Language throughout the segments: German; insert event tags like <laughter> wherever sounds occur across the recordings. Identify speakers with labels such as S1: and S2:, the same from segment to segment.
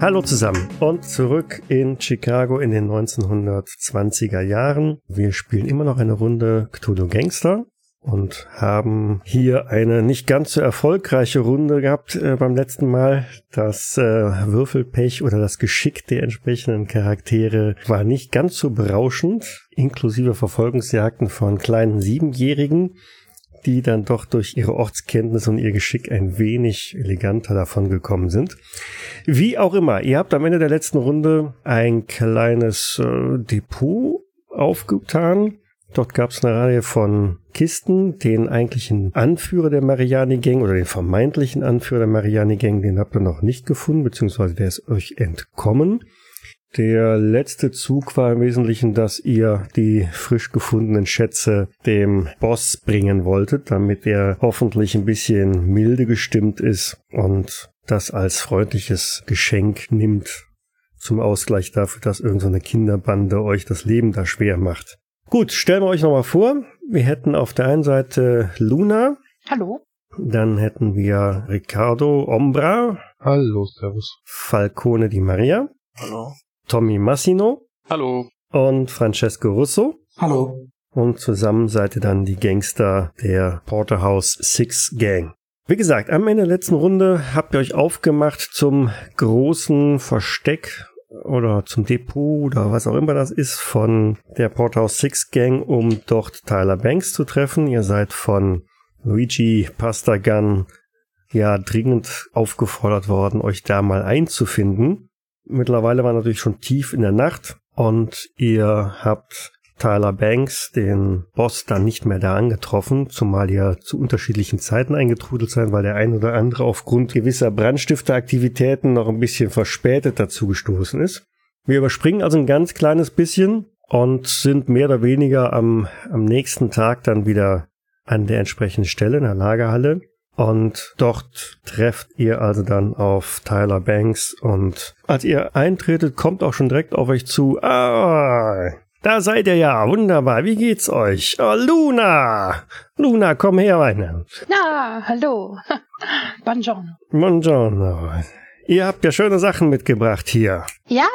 S1: Hallo zusammen und zurück in Chicago in den 1920er Jahren. Wir spielen immer noch eine Runde Cthulhu Gangster und haben hier eine nicht ganz so erfolgreiche Runde gehabt äh, beim letzten Mal. Das äh, Würfelpech oder das Geschick der entsprechenden Charaktere war nicht ganz so berauschend, inklusive Verfolgungsjagden von kleinen Siebenjährigen, die dann doch durch ihre Ortskenntnis und ihr Geschick ein wenig eleganter davon gekommen sind. Wie auch immer, ihr habt am Ende der letzten Runde ein kleines äh, Depot aufgetan Dort gab es eine Reihe von Kisten, den eigentlichen Anführer der Mariani-Gang oder den vermeintlichen Anführer der Mariani-Gang, den habt ihr noch nicht gefunden, beziehungsweise der ist euch entkommen. Der letzte Zug war im Wesentlichen, dass ihr die frisch gefundenen Schätze dem Boss bringen wolltet, damit er hoffentlich ein bisschen milde gestimmt ist und das als freundliches Geschenk nimmt. Zum Ausgleich dafür, dass irgendeine Kinderbande euch das Leben da schwer macht. Gut, stellen wir euch nochmal vor. Wir hätten auf der einen Seite Luna,
S2: Hallo?
S1: dann hätten wir Ricardo Ombra,
S3: Hallo, Servus.
S1: Falcone Di Maria,
S4: Hallo.
S1: Tommy Massino
S4: Hallo.
S1: und Francesco Russo.
S5: Hallo.
S1: Und zusammen seid ihr dann die Gangster der Porterhouse Six Gang. Wie gesagt, am Ende der letzten Runde habt ihr euch aufgemacht zum großen Versteck oder zum Depot oder was auch immer das ist von der Porterhouse Six Gang, um dort Tyler Banks zu treffen. Ihr seid von Luigi Pastagan ja dringend aufgefordert worden, euch da mal einzufinden. Mittlerweile war natürlich schon tief in der Nacht und ihr habt Tyler Banks, den Boss, dann nicht mehr da angetroffen, zumal ihr zu unterschiedlichen Zeiten eingetrudelt seid, weil der ein oder andere aufgrund gewisser Brandstifteraktivitäten noch ein bisschen verspätet dazu gestoßen ist. Wir überspringen also ein ganz kleines bisschen und sind mehr oder weniger am, am nächsten Tag dann wieder an der entsprechenden Stelle in der Lagerhalle. Und dort trefft ihr also dann auf Tyler Banks und als ihr eintretet, kommt auch schon direkt auf euch zu. Ah, da seid ihr ja. Wunderbar. Wie geht's euch? Oh, Luna! Luna, komm her, meine.
S2: Na, <laughs> hallo. Bonjour.
S1: Buongiorno. Ihr habt ja schöne Sachen mitgebracht hier.
S2: Ja,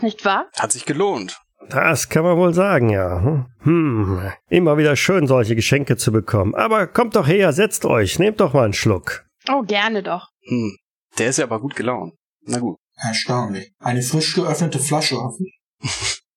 S2: nicht wahr?
S4: Hat sich gelohnt.
S1: Das kann man wohl sagen, ja. Hm, immer wieder schön, solche Geschenke zu bekommen. Aber kommt doch her, setzt euch, nehmt doch mal einen Schluck.
S2: Oh, gerne doch.
S4: Hm. Der ist ja aber gut gelaunt. Na gut.
S5: Erstaunlich. Eine frisch geöffnete Flasche offen.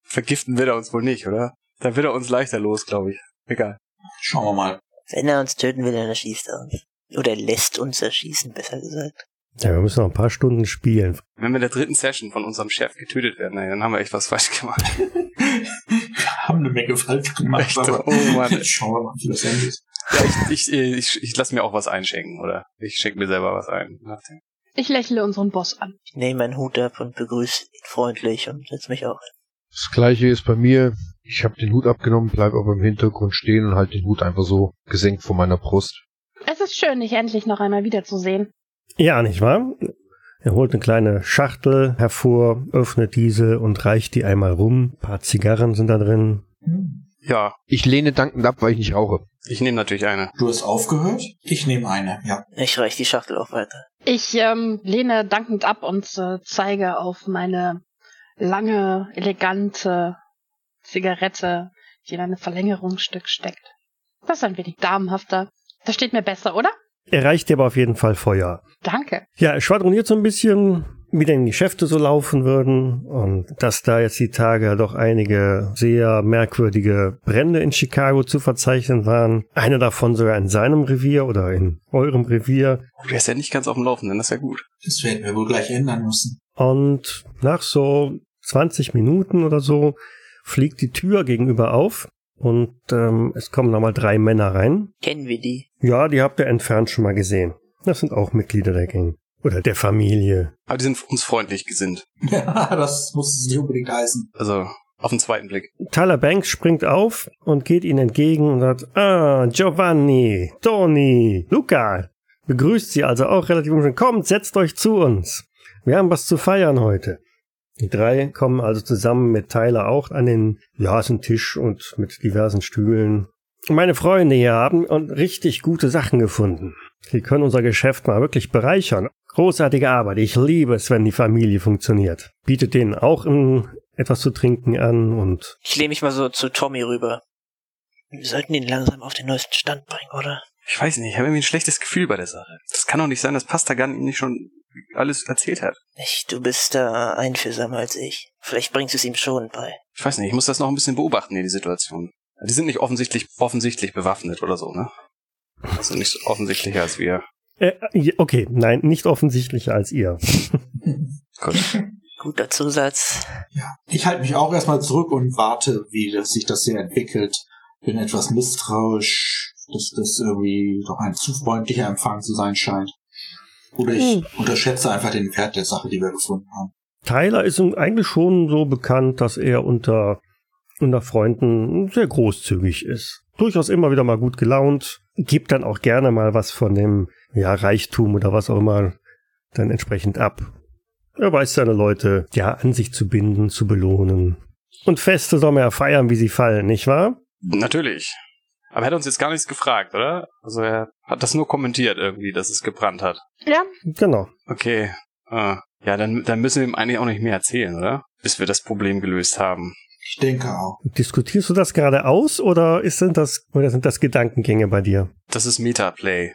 S4: Vergiften will er uns wohl nicht, oder? Da wird er uns leichter los, glaube ich. Egal.
S5: Schauen wir mal.
S6: Wenn er uns töten will, dann erschießt er uns. Oder lässt uns erschießen, besser gesagt.
S1: Ja, wir müssen noch ein paar Stunden spielen.
S4: Wenn wir in der dritten Session von unserem Chef getötet werden, ey, dann haben wir echt was <laughs> falsch gemacht.
S5: Wir haben eine Menge falsch gemacht,
S4: Echt,
S5: aber
S4: oh Mann. ey.
S5: <laughs> schauen wir mal, wie das endet.
S4: Ja, ich ich, ich, ich lasse mir auch was einschenken, oder? Ich schenke mir selber was ein. Nachdenken.
S2: Ich lächle unseren Boss an.
S6: Ich nehme meinen Hut ab und begrüße ihn freundlich und setze mich auch hin.
S3: Das gleiche ist bei mir. Ich habe den Hut abgenommen, bleib aber im Hintergrund stehen und halt den Hut einfach so gesenkt vor meiner Brust.
S2: Es ist schön, dich endlich noch einmal wiederzusehen.
S1: Ja, nicht wahr? Er holt eine kleine Schachtel hervor, öffnet diese und reicht die einmal rum. Ein paar Zigarren sind da drin.
S5: Hm.
S4: Ja,
S3: Ich lehne dankend ab, weil ich nicht rauche.
S4: ich nehme natürlich eine.
S5: Du hast aufgehört? Ich nehme eine, ja.
S6: Ich reiche die Schachtel auch weiter.
S2: Ich ähm, lehne dankend ab und äh, zeige auf meine lange, elegante Zigarette, die in einem Verlängerungsstück steckt. Das ist ein wenig damenhafter. Das steht mir besser, oder?
S1: Er reicht dir aber auf jeden Fall Feuer.
S2: Danke.
S1: Ja, er schwadroniert so ein bisschen, wie denn die Geschäfte so laufen würden und dass da jetzt die Tage doch einige sehr merkwürdige Brände in Chicago zu verzeichnen waren. Einer davon sogar in seinem Revier oder in eurem Revier.
S4: Oh, der ist ja nicht ganz auf dem Laufenden, das ist ja gut.
S5: Das werden wir wohl gleich ändern müssen. <laughs>
S1: Und nach so 20 Minuten oder so fliegt die Tür gegenüber auf und ähm, es kommen nochmal drei Männer rein.
S6: Kennen wir die?
S1: Ja, die habt ihr entfernt schon mal gesehen. Das sind auch Mitglieder der Gang. Oder der Familie.
S4: Aber die sind uns freundlich gesinnt.
S5: Ja, das muss es nicht unbedingt heißen.
S4: Also, auf den zweiten Blick.
S1: Tyler Banks springt auf und geht ihnen entgegen und sagt, ah, Giovanni, Toni, Luca. Begrüßt sie also auch relativ umständlich. Kommt, setzt euch zu uns. Wir haben was zu feiern heute. Die drei kommen also zusammen mit Tyler auch an den, ja, ist ein Tisch und mit diversen Stühlen. Meine Freunde hier haben und richtig gute Sachen gefunden. Sie können unser Geschäft mal wirklich bereichern. Großartige Arbeit. Ich liebe es, wenn die Familie funktioniert. Bietet denen auch ein, etwas zu trinken an und
S6: Ich lehne mich mal so zu Tommy rüber. Wir sollten ihn langsam auf den neuesten Stand bringen, oder?
S4: Ich weiß nicht, ich habe irgendwie ein schlechtes Gefühl bei der Sache. Das kann doch nicht sein, dass Pastagan ihm nicht schon alles erzählt hat.
S6: Ich, du bist da einfühlsamer als ich. Vielleicht bringst du es ihm schon bei.
S4: Ich weiß nicht, ich muss das noch ein bisschen beobachten hier, die Situation. Die sind nicht offensichtlich, offensichtlich bewaffnet oder so, ne? Also nicht so offensichtlicher als wir.
S1: Äh, ja, okay, nein, nicht offensichtlicher als ihr.
S4: Gut.
S6: Guter Zusatz.
S5: Ja. Ich halte mich auch erstmal zurück und warte, wie das, sich das hier entwickelt. Bin etwas misstrauisch, dass das irgendwie doch ein zu freundlicher Empfang zu sein scheint. Oder ich unterschätze einfach den Wert der Sache, die wir gefunden haben.
S1: Tyler ist ihm eigentlich schon so bekannt, dass er unter, unter Freunden sehr großzügig ist. Durchaus immer wieder mal gut gelaunt, gibt dann auch gerne mal was von dem ja, Reichtum oder was auch immer dann entsprechend ab. Er weiß seine Leute ja an sich zu binden, zu belohnen. Und Feste soll man ja feiern, wie sie fallen, nicht wahr?
S4: Natürlich. Aber er hat uns jetzt gar nichts gefragt, oder? Also er hat das nur kommentiert irgendwie, dass es gebrannt hat.
S2: Ja,
S1: Genau.
S4: Okay. Äh, ja, dann, dann müssen wir ihm eigentlich auch nicht mehr erzählen, oder? Bis wir das Problem gelöst haben.
S5: Ich denke auch.
S1: Diskutierst du das gerade aus oder ist denn das oder sind das Gedankengänge bei dir?
S4: Das ist Metaplay.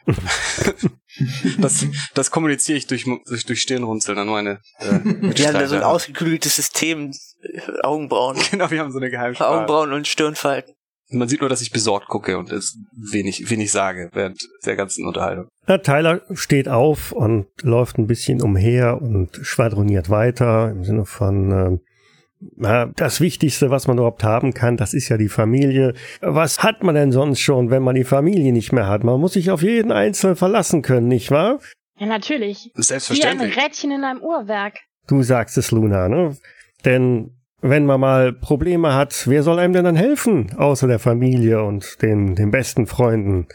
S5: <laughs>
S4: das, das kommuniziere ich durch, durch, durch Stirnrunzeln an meine äh,
S6: Wir haben da so ein
S4: Mitstreiter.
S6: ausgeklügeltes System. äh, Augenbrauen.
S4: <laughs> Genau, wir haben so eine Geheimsprache.
S6: Augenbrauen und Stirnfalten.
S4: Man sieht nur, dass ich besorgt gucke und es wenig, wenig sage während der ganzen Unterhaltung.
S1: Na, Tyler steht auf und läuft ein bisschen umher und schwadroniert weiter im Sinne von, ähm, na, das Wichtigste, was man überhaupt haben kann, das ist ja die Familie. Was hat man denn sonst schon, wenn man die Familie nicht mehr hat? Man muss sich auf jeden Einzelnen verlassen können, nicht wahr?
S2: ja natürlich. Wie ein
S4: Selbstverständlich.
S2: Rädchen in einem Uhrwerk.
S1: Du sagst es, Luna, ne? Denn wenn man mal Probleme hat, wer soll einem denn dann helfen? Außer der Familie und den, den besten Freunden.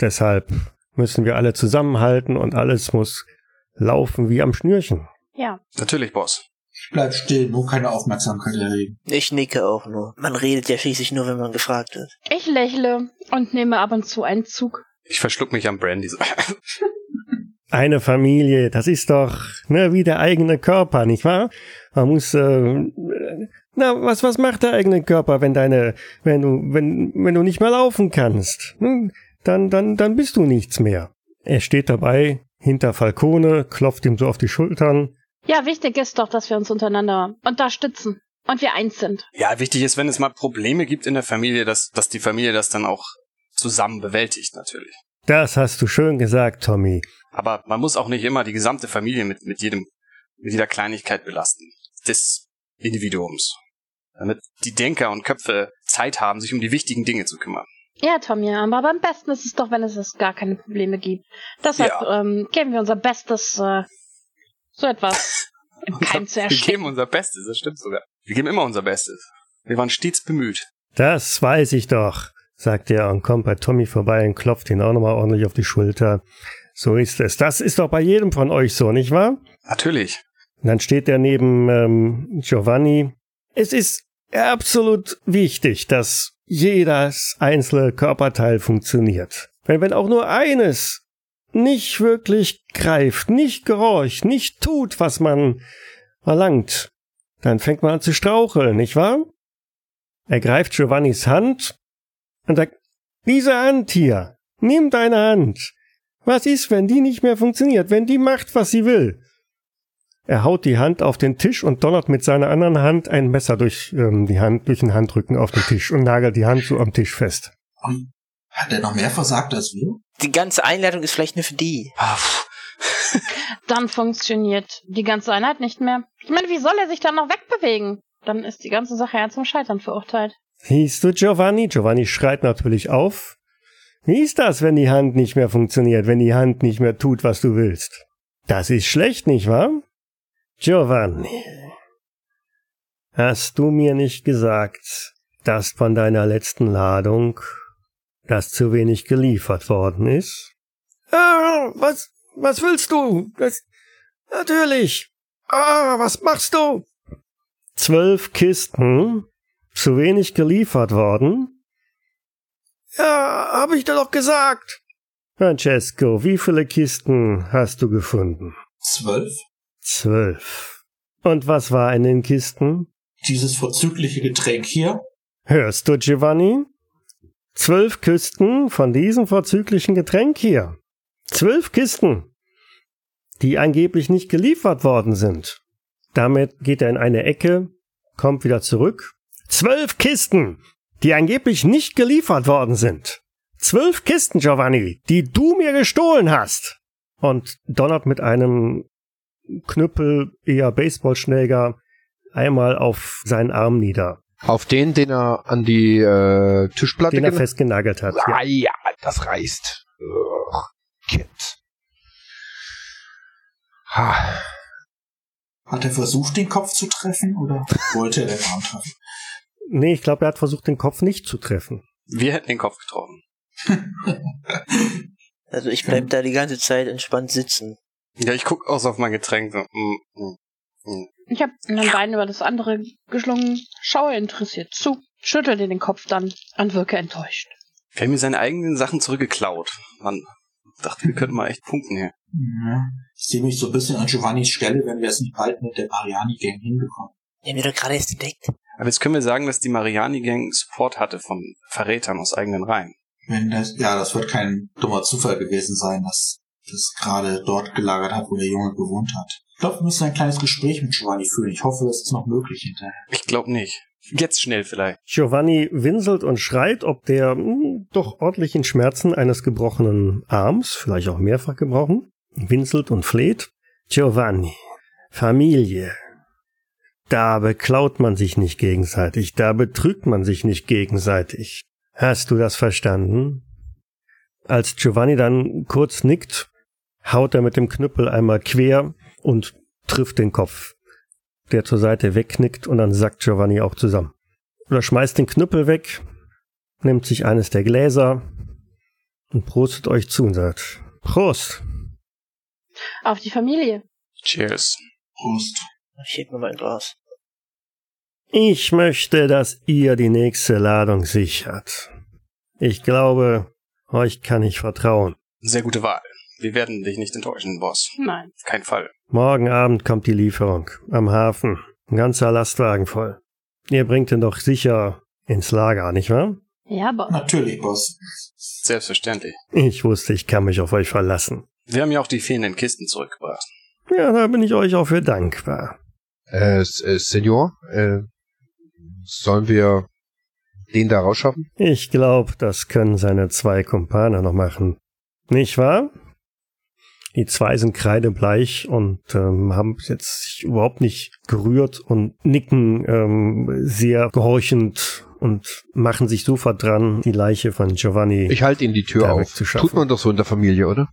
S1: Deshalb müssen wir alle zusammenhalten und alles muss laufen wie am Schnürchen.
S2: Ja,
S4: Natürlich, Boss.
S5: Ich bleib still, nur keine Aufmerksamkeit erregen.
S6: Ich nicke auch nur. Man redet ja schließlich nur, wenn man gefragt wird.
S2: ich lächle und nehme ab und zu einen Zug.
S4: Ich verschluck mich am Brandy. so. <laughs>
S1: Eine Familie, das ist doch ne, wie der eigene Körper, nicht wahr? Man muss äh, na was was macht der eigene Körper, wenn deine wenn du wenn wenn du nicht mehr laufen kannst? Hm, dann dann dann bist du nichts mehr. Er steht dabei hinter Falcone, klopft ihm so auf die Schultern.
S2: Ja, wichtig ist doch, dass wir uns untereinander unterstützen und wir eins sind.
S4: Ja, wichtig ist, wenn es mal Probleme gibt in der Familie, dass, dass die Familie das dann auch zusammen bewältigt, natürlich.
S1: Das hast du schön gesagt, Tommy.
S4: Aber man muss auch nicht immer die gesamte Familie mit, mit jedem, mit jeder Kleinigkeit belasten. Des Individuums. Damit die Denker und Köpfe Zeit haben, sich um die wichtigen Dinge zu kümmern.
S2: Ja, Tommy, aber am besten ist es doch, wenn es, es gar keine Probleme gibt. Deshalb ähm, geben wir unser Bestes, äh, so
S4: <laughs>
S2: etwas im Keim zu
S4: Wir
S2: ersticken.
S4: geben unser Bestes, das stimmt sogar. Wir geben immer unser Bestes. Wir waren stets bemüht.
S1: Das weiß ich doch, sagt er und kommt bei Tommy vorbei und klopft ihn auch nochmal ordentlich auf die Schulter. So ist es. Das ist doch bei jedem von euch so, nicht wahr?
S4: Natürlich.
S1: Und dann steht er neben ähm, Giovanni. Es ist absolut wichtig, dass jedes einzelne Körperteil funktioniert. Weil wenn auch nur eines nicht wirklich greift, nicht gehorcht, nicht tut, was man verlangt, dann fängt man an zu straucheln, nicht wahr? Er greift Giovannis Hand und sagt, diese Hand hier, nimm deine Hand. Was ist, wenn die nicht mehr funktioniert, wenn die macht, was sie will? Er haut die Hand auf den Tisch und donnert mit seiner anderen Hand ein Messer durch ähm, die Hand, durch den Handrücken auf den Tisch und nagelt die Hand so am Tisch fest.
S5: Hm. Hat er noch mehr versagt als wir?
S6: Die ganze Einleitung ist vielleicht nur für die.
S4: Ah, pff.
S2: Dann funktioniert die ganze Einheit nicht mehr. Ich meine, wie soll er sich dann noch wegbewegen? Dann ist die ganze Sache ja zum Scheitern verurteilt.
S1: Siehst du, Giovanni? Giovanni schreit natürlich auf. Wie ist das, wenn die Hand nicht mehr funktioniert, wenn die Hand nicht mehr tut, was du willst? Das ist schlecht, nicht wahr? Giovanni, hast du mir nicht gesagt, dass von deiner letzten Ladung das zu wenig geliefert worden ist? Ah, was, was willst du? Das, natürlich. Ah, was machst du? Zwölf Kisten zu wenig geliefert worden? Ja, habe ich dir doch gesagt. Francesco, wie viele Kisten hast du gefunden?
S5: Zwölf.
S1: Zwölf. Und was war in den Kisten?
S5: Dieses vorzügliche Getränk hier.
S1: Hörst du, Giovanni? Zwölf Kisten von diesem vorzüglichen Getränk hier. Zwölf Kisten, die angeblich nicht geliefert worden sind. Damit geht er in eine Ecke, kommt wieder zurück. Zwölf Kisten, die angeblich nicht geliefert worden sind. Zwölf Kisten, Giovanni, die du mir gestohlen hast. Und donnert mit einem Knüppel, eher Baseballschläger, einmal auf seinen Arm nieder,
S3: Auf den, den er an die äh, Tischplatte
S1: den er
S3: gena-
S1: festgenagelt hat.
S3: Ah
S1: Ja.
S3: ja, das reißt. Ugh, Kind. Ha.
S5: Hat er versucht, den Kopf zu treffen oder wollte er den Arm treffen?
S1: Nee, ich glaube, er hat versucht, den Kopf nicht zu treffen.
S4: Wir hätten den Kopf getroffen.
S6: Also ich bleib da die ganze Zeit entspannt sitzen.
S4: Ja, ich guck aus auf mein Getränk. so, mm, mm.
S2: Ich habe einen Bein über das andere geschlungen, schaue interessiert zu, schüttelte den Kopf dann und wirke enttäuscht.
S4: Wir haben mir seine eigenen Sachen zurückgeklaut. Mann, dachte, wir könnten mal echt punkten hier.
S5: Ja. Ich sehe mich so ein bisschen an Giovannis Stelle, wenn wir es nicht bald mit der Mariani-Gang hinbekommen.
S6: Den haben wir doch gerade erst entdeckt.
S4: Aber jetzt können wir sagen, dass die Mariani-Gang Support hatte von Verrätern aus eigenen Reihen.
S5: Wenn das, ja, das wird kein dummer Zufall gewesen sein, dass das gerade dort gelagert hat, wo der Junge gewohnt hat. Ich glaube, wir müssen ein kleines Gespräch mit Giovanni führen. Ich hoffe, es ist noch möglich hinterher.
S4: Ich glaube nicht. Jetzt schnell vielleicht.
S1: Giovanni winselt und schreit, ob der mh, doch ordentlichen Schmerzen eines gebrochenen Arms, vielleicht auch mehrfach gebrochen, winselt und fleht. Giovanni, Familie. Da beklaut man sich nicht gegenseitig, da betrügt man sich nicht gegenseitig. Hast du das verstanden? Als Giovanni dann kurz nickt, haut er mit dem Knüppel einmal quer und trifft den Kopf, der zur Seite wegknickt und dann sackt Giovanni auch zusammen oder schmeißt den Knüppel weg, nimmt sich eines der Gläser und prostet euch zu und sagt, Prost!
S2: Auf die Familie.
S4: Cheers.
S5: Prost.
S6: Ich heb mir mal ein Glas.
S1: Ich möchte, dass ihr die nächste Ladung sichert. Ich glaube, euch kann ich vertrauen.
S4: Sehr gute Wahl. Wir werden dich nicht enttäuschen, Boss.
S2: Nein.
S4: Auf keinen Fall.
S1: Morgen Abend kommt die Lieferung am Hafen. Ein ganzer Lastwagen voll. Ihr bringt ihn doch sicher ins Lager, nicht wahr?
S2: Ja, aber
S5: Natürlich, Boss.
S4: Selbstverständlich.
S1: Ich wusste, ich kann mich auf euch verlassen.
S4: Wir haben ja auch die fehlenden Kisten zurückgebracht.
S1: Ja, da bin ich euch auch für dankbar.
S3: Äh, S- äh, Senior, äh, sollen wir den da rausschaffen?
S1: Ich glaube, das können seine zwei Kumpane noch machen. Nicht wahr? Die zwei sind kreidebleich und ähm, haben jetzt sich überhaupt nicht gerührt und nicken ähm, sehr gehorchend und machen sich sofort dran, die Leiche von Giovanni.
S3: Ich halte ihm die
S1: Da
S3: Tür auf.
S1: wegzuschaffen.
S3: Tut man doch so in der Familie, oder?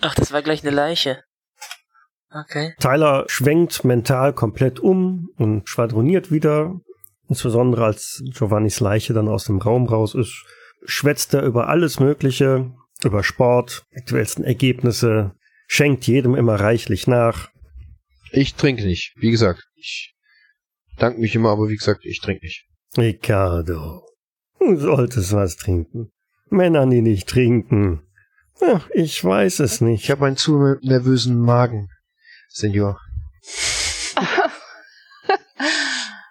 S6: Ach, das war gleich eine Leiche. Okay.
S1: Tyler schwenkt mental komplett um und schwadroniert wieder. Insbesondere als Giovannis Leiche dann aus dem Raum raus ist, schwätzt er über alles Mögliche, über Sport, aktuellsten Ergebnisse, schenkt jedem immer reichlich nach.
S3: Ich trinke nicht. Wie gesagt, ich danke mich immer, aber wie gesagt, ich trinke nicht.
S1: Ricardo, du solltest was trinken. Männern, die nicht trinken. Ach, ich weiß es nicht.
S3: Ich habe einen zu nervösen Magen, Senior.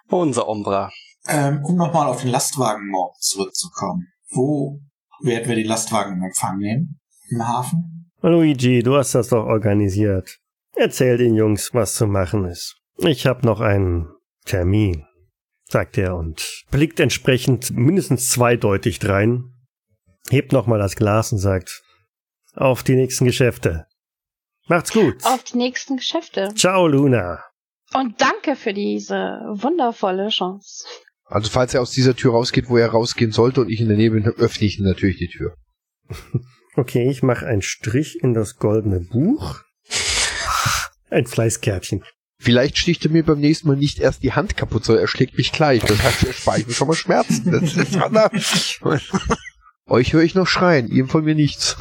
S4: Unser Ombra.
S5: Ähm, um nochmal auf den Lastwagen morgen zurückzukommen. Wo werden wir die Lastwagen in Empfang nehmen? Im Hafen?
S1: Luigi, du hast das doch organisiert. Erzähl den Jungs, was zu machen ist. Ich hab noch einen Termin, sagt er und blickt entsprechend mindestens zweideutig drein, hebt nochmal das Glas und sagt, auf die nächsten Geschäfte. Macht's gut.
S2: auf die nächsten Geschäfte.
S1: Ciao, Luna.
S2: Und danke für diese wundervolle Chance.
S3: Also falls er aus dieser Tür rausgeht, wo er rausgehen sollte und ich in der Nähe bin, öffne ich natürlich die Tür.
S1: Okay, ich mache einen Strich in das goldene Buch. Ein Fleißkärtchen.
S3: Vielleicht sticht er mir beim nächsten Mal nicht erst die Hand kaputt, sondern er schlägt mich gleich. Das heißt, er spart mir schon mal Schmerzen. Das ist <laughs> verdammt. Euch höre ich noch schreien, ihm von mir nichts.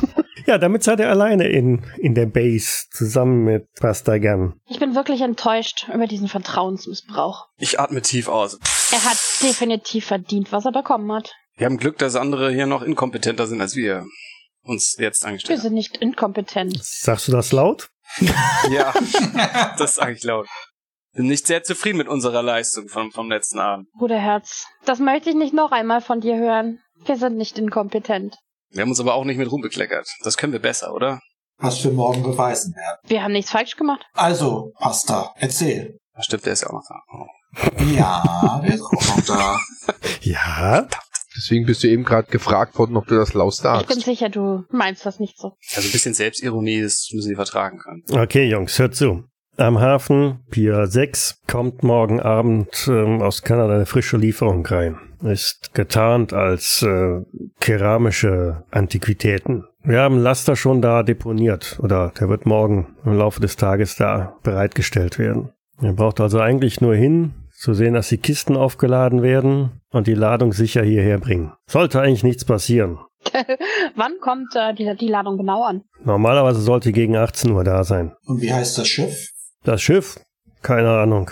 S1: Ja, damit seid ihr alleine in, in der Base zusammen mit Pastagan.
S2: Ich bin wirklich enttäuscht über diesen Vertrauensmissbrauch.
S4: Ich atme tief aus.
S2: Er hat definitiv verdient, was er bekommen hat.
S4: Wir haben Glück, dass andere hier noch inkompetenter sind als wir. uns jetzt
S2: Wir
S4: angestellt
S2: sind nicht inkompetent.
S1: Sagst du das laut?
S4: haben. Ja, <laughs> das sage ich laut. Bin nicht sehr zufrieden mit unserer Leistung vom, vom letzten Abend.
S2: Bruder Herz, das möchte ich nicht noch einmal von dir hören. Wir sind nicht inkompetent.
S4: Wir haben uns aber auch nicht mit Ruhm bekleckert. Das können wir besser, oder?
S5: Was wir morgen beweisen werden.
S2: Wir haben nichts falsch gemacht.
S5: Also, Pasta, erzähl.
S4: Ach, Stimmt, der ist ja auch noch da. Oh.
S5: Ja, der ist auch noch da.
S1: Ja.
S3: Deswegen bist du eben gerade gefragt worden, ob du das laut
S2: Ich bin
S3: sagst.
S2: sicher, du meinst das nicht so.
S4: Also ein bisschen Selbstironie, das müssen die vertragen können.
S1: Okay, Jungs, hört zu. Am Hafen, Pier 6, kommt morgen Abend ähm, aus Kanada eine frische Lieferung rein. Ist getarnt als äh, keramische Antiquitäten. Wir haben einen Laster schon da deponiert oder der wird morgen im Laufe des Tages da bereitgestellt werden. Ihr braucht also eigentlich nur hin, zu sehen, dass die Kisten aufgeladen werden und die Ladung sicher hierher bringen. Sollte eigentlich nichts passieren.
S2: Wann kommt äh, die, die Ladung genau an?
S1: Normalerweise sollte gegen 18 Uhr da sein.
S5: Und wie heißt das Schiff?
S1: Das Schiff? Keine Ahnung.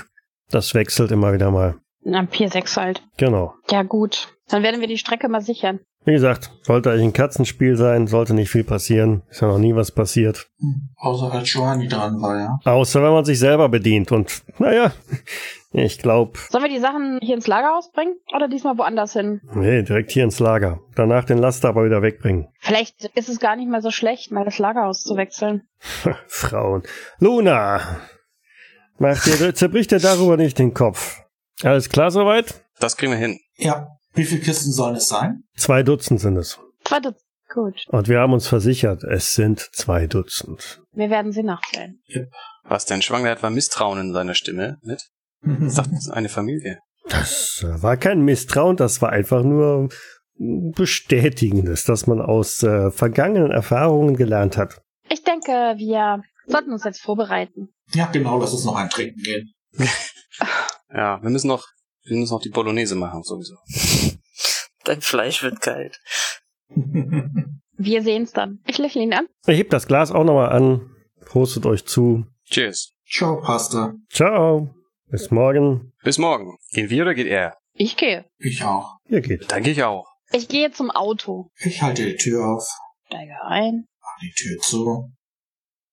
S1: Das wechselt immer wieder mal.
S2: Am Pier 6 halt.
S1: Genau.
S2: Ja gut, dann werden wir die Strecke mal sichern.
S1: Wie gesagt, sollte eigentlich ein Katzenspiel sein, sollte nicht viel passieren. Ist ja noch nie was passiert.
S5: Hm, außer als Joanni dran war, ja.
S1: Außer wenn man sich selber bedient und, naja, <laughs> ich glaube,
S2: Sollen wir die Sachen hier ins Lagerhaus bringen oder diesmal woanders hin?
S1: nee, direkt hier ins Lager. Danach den Laster aber wieder wegbringen. <laughs>
S2: Vielleicht ist es gar nicht mal so schlecht, mal das Lagerhaus zu wechseln.
S1: Frauen. Luna! Mach dir, zerbricht dir darüber nicht den Kopf. Alles klar soweit?
S4: Das kriegen wir hin.
S5: Ja. Wie viele Kisten sollen
S1: <laughs>
S5: es sein?
S1: Zwei Dutzend sind es.
S2: Warte, gut.
S1: Und wir haben uns versichert, es sind zwei Dutzend.
S2: Wir werden sie nachstellen.
S4: Was denn? Schwang, der hat war Misstrauen in seiner Stimme mit. Sagt das ist eine Familie.
S1: Das war kein Misstrauen, das war einfach nur Bestätigendes, dass man aus äh, vergangenen Erfahrungen gelernt hat.
S2: Ich denke, wir sollten uns jetzt vorbereiten.
S5: Ja, genau, lass uns noch ein Trinken gehen.
S4: Ja, wir müssen noch, wir müssen noch die Bolognese machen, sowieso.
S6: <laughs> Dein Fleisch wird kalt.
S2: Wir sehen es dann. Ich lächle ihn an.
S1: Ich heb das Glas auch nochmal an, prostet euch zu.
S4: Cheers.
S5: Ciao, Pasta.
S1: Ciao, bis morgen.
S4: Bis morgen. Gehen wir oder geht er?
S2: Ich gehe.
S5: Ich auch.
S1: Ihr geht.
S4: Dann gehe ich auch.
S2: Ich gehe zum Auto.
S5: Ich halte die Tür auf,
S2: Steige ein.
S5: mache die Tür zu,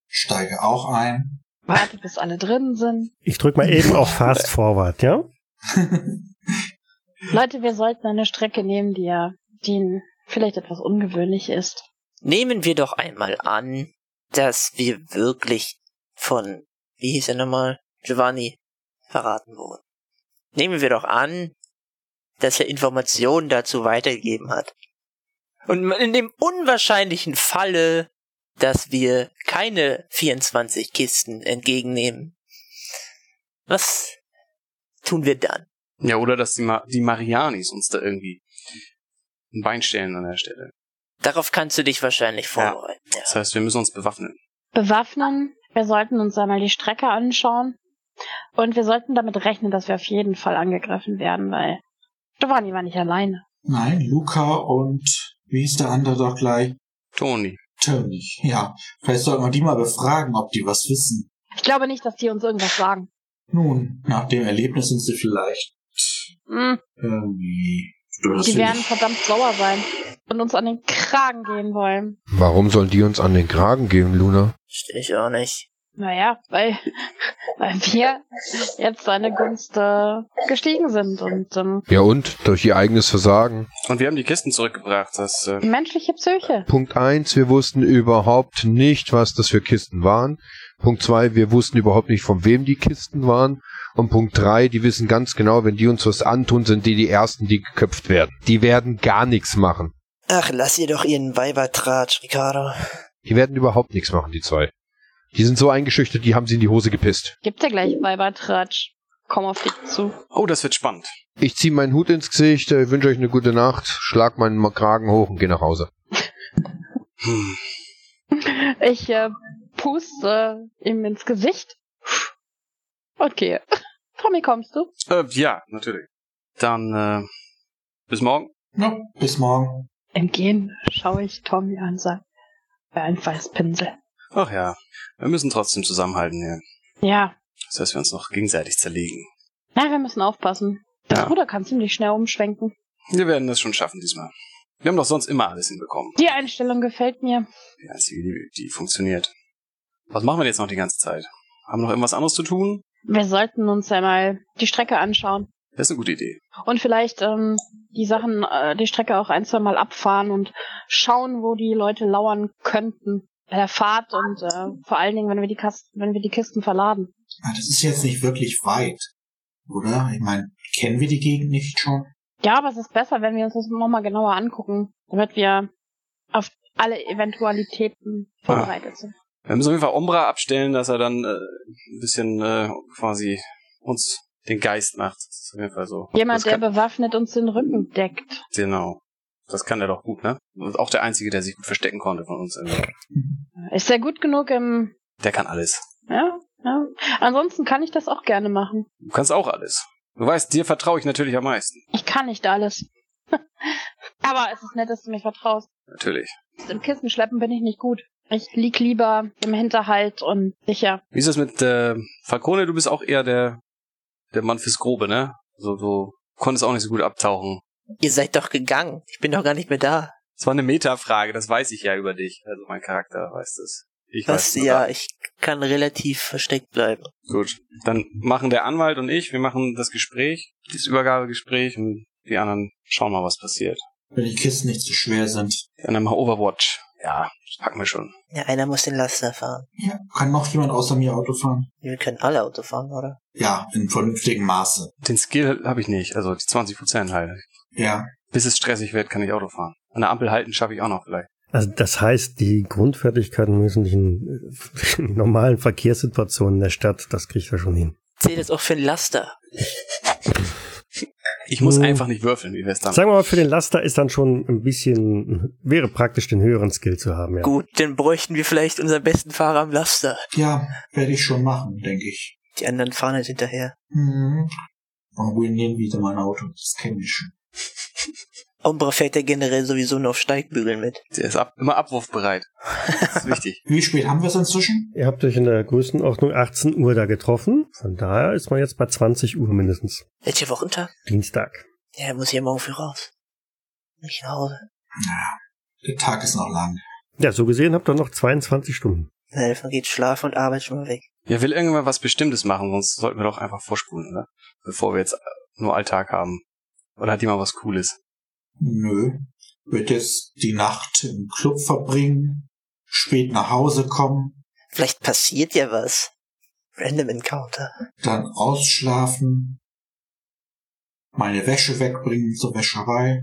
S5: steige auch ein. <laughs>
S2: Warte, bis alle drin sind.
S1: Ich drück mal eben auch fast forward, ja?
S2: Leute, wir sollten eine Strecke nehmen, die ja, die vielleicht etwas ungewöhnlich ist.
S6: Nehmen wir doch einmal an, dass wir wirklich von, wie hieß er nochmal, Giovanni verraten wurden. Nehmen wir doch an, dass er Informationen dazu weitergegeben hat. Und in dem unwahrscheinlichen Falle, dass wir keine 24 Kisten entgegennehmen, was tun wir dann?
S4: Ja, oder dass die, Ma die Marianis uns da irgendwie ein Bein stellen an der Stelle.
S6: Darauf kannst du dich wahrscheinlich
S4: Ja.
S6: vorbereiten. Ja.
S4: Das heißt, wir müssen uns bewaffnen.
S2: Bewaffnen. Wir sollten uns einmal die Strecke anschauen. Und wir sollten damit rechnen, dass wir auf jeden Fall angegriffen werden, weil Giovanni war nicht alleine.
S5: Nein, Luca und wie hieß der andere doch gleich?
S4: Toni.
S5: Tony. Ja, vielleicht sollten wir die mal befragen, ob die was wissen.
S2: Ich glaube nicht, dass die uns irgendwas sagen.
S5: Nun, nach dem Erlebnis sind sie vielleicht
S2: Hm,
S5: irgendwie.
S2: die werden verdammt sauer sein und uns an den Kragen gehen wollen.
S3: Warum sollen die uns an den Kragen gehen, Luna?
S6: Verstehe ich auch nicht.
S2: Naja, weil, <laughs> weil wir jetzt seine Gunst äh, gestiegen sind und ähm,
S3: Ja und? Durch ihr eigenes Versagen.
S4: Und wir haben die Kisten zurückgebracht. Das, äh,
S2: die menschliche Psyche.
S3: Punkt eins: wir wussten überhaupt nicht, was das für Kisten waren. Punkt zwei: wir wussten überhaupt nicht, von wem die Kisten waren. Und Punkt drei: die wissen ganz genau, wenn die uns was antun, sind die die Ersten, die geköpft werden. Die werden gar nichts machen.
S6: Ach, lass ihr doch ihren Weibertratsch, Ricardo.
S3: Die werden überhaupt nichts machen, die zwei. Die sind so eingeschüchtert, die haben sie in die Hose gepisst.
S2: Gibt's ja gleich Weibertratsch. Komm auf dich zu.
S4: oh, das wird spannend.
S3: Ich zieh meinen Hut ins Gesicht, äh, wünsche euch eine gute Nacht, schlag meinen Kragen hoch und geh nach Hause.
S4: Hm.
S2: Ich äh, puste äh, ihm ins Gesicht und gehe. <laughs> Tommy, kommst du?
S4: Äh, ja, natürlich. Dann, äh, bis morgen.
S5: Ja, bis morgen.
S2: Im Gehen schaue ich Tommy an, sag, wer ein Weißpinsel.
S4: Ach ja. Wir müssen trotzdem zusammenhalten hier.
S2: Ja,
S4: Das heißt, wir uns noch gegenseitig zerlegen.
S2: na, wir müssen aufpassen. Das
S4: Ja.
S2: Ruder kann ziemlich schnell umschwenken.
S4: Wir werden das schon schaffen diesmal. Wir haben doch sonst immer alles hinbekommen.
S2: Die Einstellung gefällt mir.
S4: Die einzige, die, die funktioniert. Was machen wir jetzt noch die ganze Zeit? Haben wir noch irgendwas anderes zu tun?
S2: Wir sollten uns einmal die Strecke anschauen
S4: Das ist eine gute Idee.
S2: und vielleicht ähm, die Sachen, äh, die Strecke auch ein, zwei Mal abfahren und schauen, wo die Leute lauern könnten bei der Fahrt und äh, vor allen Dingen, wenn wir die Kisten, wenn wir die Kisten verladen.
S5: Ja, Ah, das ist jetzt nicht wirklich weit, oder? Ich meine, kennen wir die Gegend nicht schon?
S2: Ja, aber es ist besser, wenn wir uns das nochmal genauer angucken, damit wir auf alle Eventualitäten
S4: Ah,
S2: vorbereitet sind.
S4: Wir müssen auf jeden Fall Umbra abstellen, dass er dann äh, ein bisschen äh, quasi uns den Geist macht. Das ist auf jeden Fall so.
S2: Jemand,
S4: das
S2: der
S4: kann,
S2: bewaffnet uns den Rücken deckt.
S4: Genau. Das kann er doch gut, ne? Und auch der Einzige, der sich gut verstecken konnte von uns. Also,
S2: Ist er gut genug im...
S4: Der kann alles.
S2: Ja, ja. Ansonsten kann ich das auch gerne machen.
S4: Du kannst auch alles. Du weißt, dir vertraue ich natürlich am meisten.
S2: Ich kann nicht alles. <laughs> Aber es ist nett, dass du mich vertraust.
S4: Natürlich.
S2: Im Kissen schleppen bin ich nicht gut. Ich lieg lieber im Hinterhalt und sicher.
S4: Wie ist das mit äh, Falcone? Du bist auch eher der, der Mann fürs Grobe, ne? So, du konntest auch nicht so gut abtauchen.
S6: Ihr seid doch gegangen. Ich bin doch gar nicht mehr da.
S4: Das war eine Metafrage, das weiß ich ja über dich. Also mein Charakter weiß das. Ich
S6: Was?
S4: weiß nur
S6: Ja, ich kann relativ versteckt bleiben.
S4: Gut. Dann machen der Anwalt und ich, wir machen das Gespräch, das Übergabegespräch und die anderen schauen mal, was passiert.
S5: Wenn die Kisten nicht zu schwer sind.
S4: Die anderen machen Overwatch. Ja, das packen wir schon.
S6: Ja, einer muss den Laster fahren.
S5: Ja, kann noch jemand außer mir Auto fahren?
S6: Wir können alle Auto fahren, oder?
S5: Ja, in vernünftigem Maße.
S4: Den Skill habe ich nicht, also die 20% halt.
S5: Ja.
S4: Bis es stressig wird, kann ich Auto fahren. An der Ampel halten schaffe ich auch noch vielleicht.
S1: Also das heißt, die Grundfertigkeiten müssen nicht in, <laughs> in normalen Verkehrssituationen der Stadt, das kriegt er schon hin.
S6: Zählt das auch für den Laster?
S4: Ich muss
S1: Hm.
S4: einfach nicht würfeln, wie wir es dann.
S1: Sagen wir mal, für den Laster ist dann schon ein bisschen, wäre praktisch den höheren Skill zu haben, ja.
S6: Gut, dann bräuchten wir vielleicht unseren besten Fahrer am Laster.
S5: Ja, werde ich schon machen, denke ich.
S6: Die anderen fahren halt hinterher.
S5: Mhm. Und ruinieren wieder mein Auto. Das kenne ich schon.
S6: Umbra fährt ja generell sowieso nur auf Steigbügeln mit.
S4: Der ist ab, immer abwurfbereit. Das ist
S5: <laughs>
S4: wichtig.
S5: Wie spät haben wir es inzwischen?
S1: Ihr habt euch in der Größenordnung 18 Uhr da getroffen. Von daher ist man jetzt bei 20 Uhr mindestens.
S6: Welcher Wochentag?
S1: Dienstag.
S6: Ja, muss ich ja morgen früh raus. Nicht nach Hause.
S5: Der Tag ist noch lang.
S1: Ja, so gesehen habt ihr noch 22 Stunden.
S6: Na, davon geht Schlaf und Arbeit schon mal weg.
S4: Ja, will irgendwann was Bestimmtes machen, sonst sollten wir doch einfach vorspulen, oder? Bevor wir jetzt äh, nur Alltag haben. Oder hat jemand was Cooles?
S5: Nö. Wird jetzt die Nacht im Club verbringen, spät nach Hause kommen,
S6: Vielleicht passiert ja was. Random Encounter.
S5: dann ausschlafen, meine Wäsche wegbringen zur Wäscherei.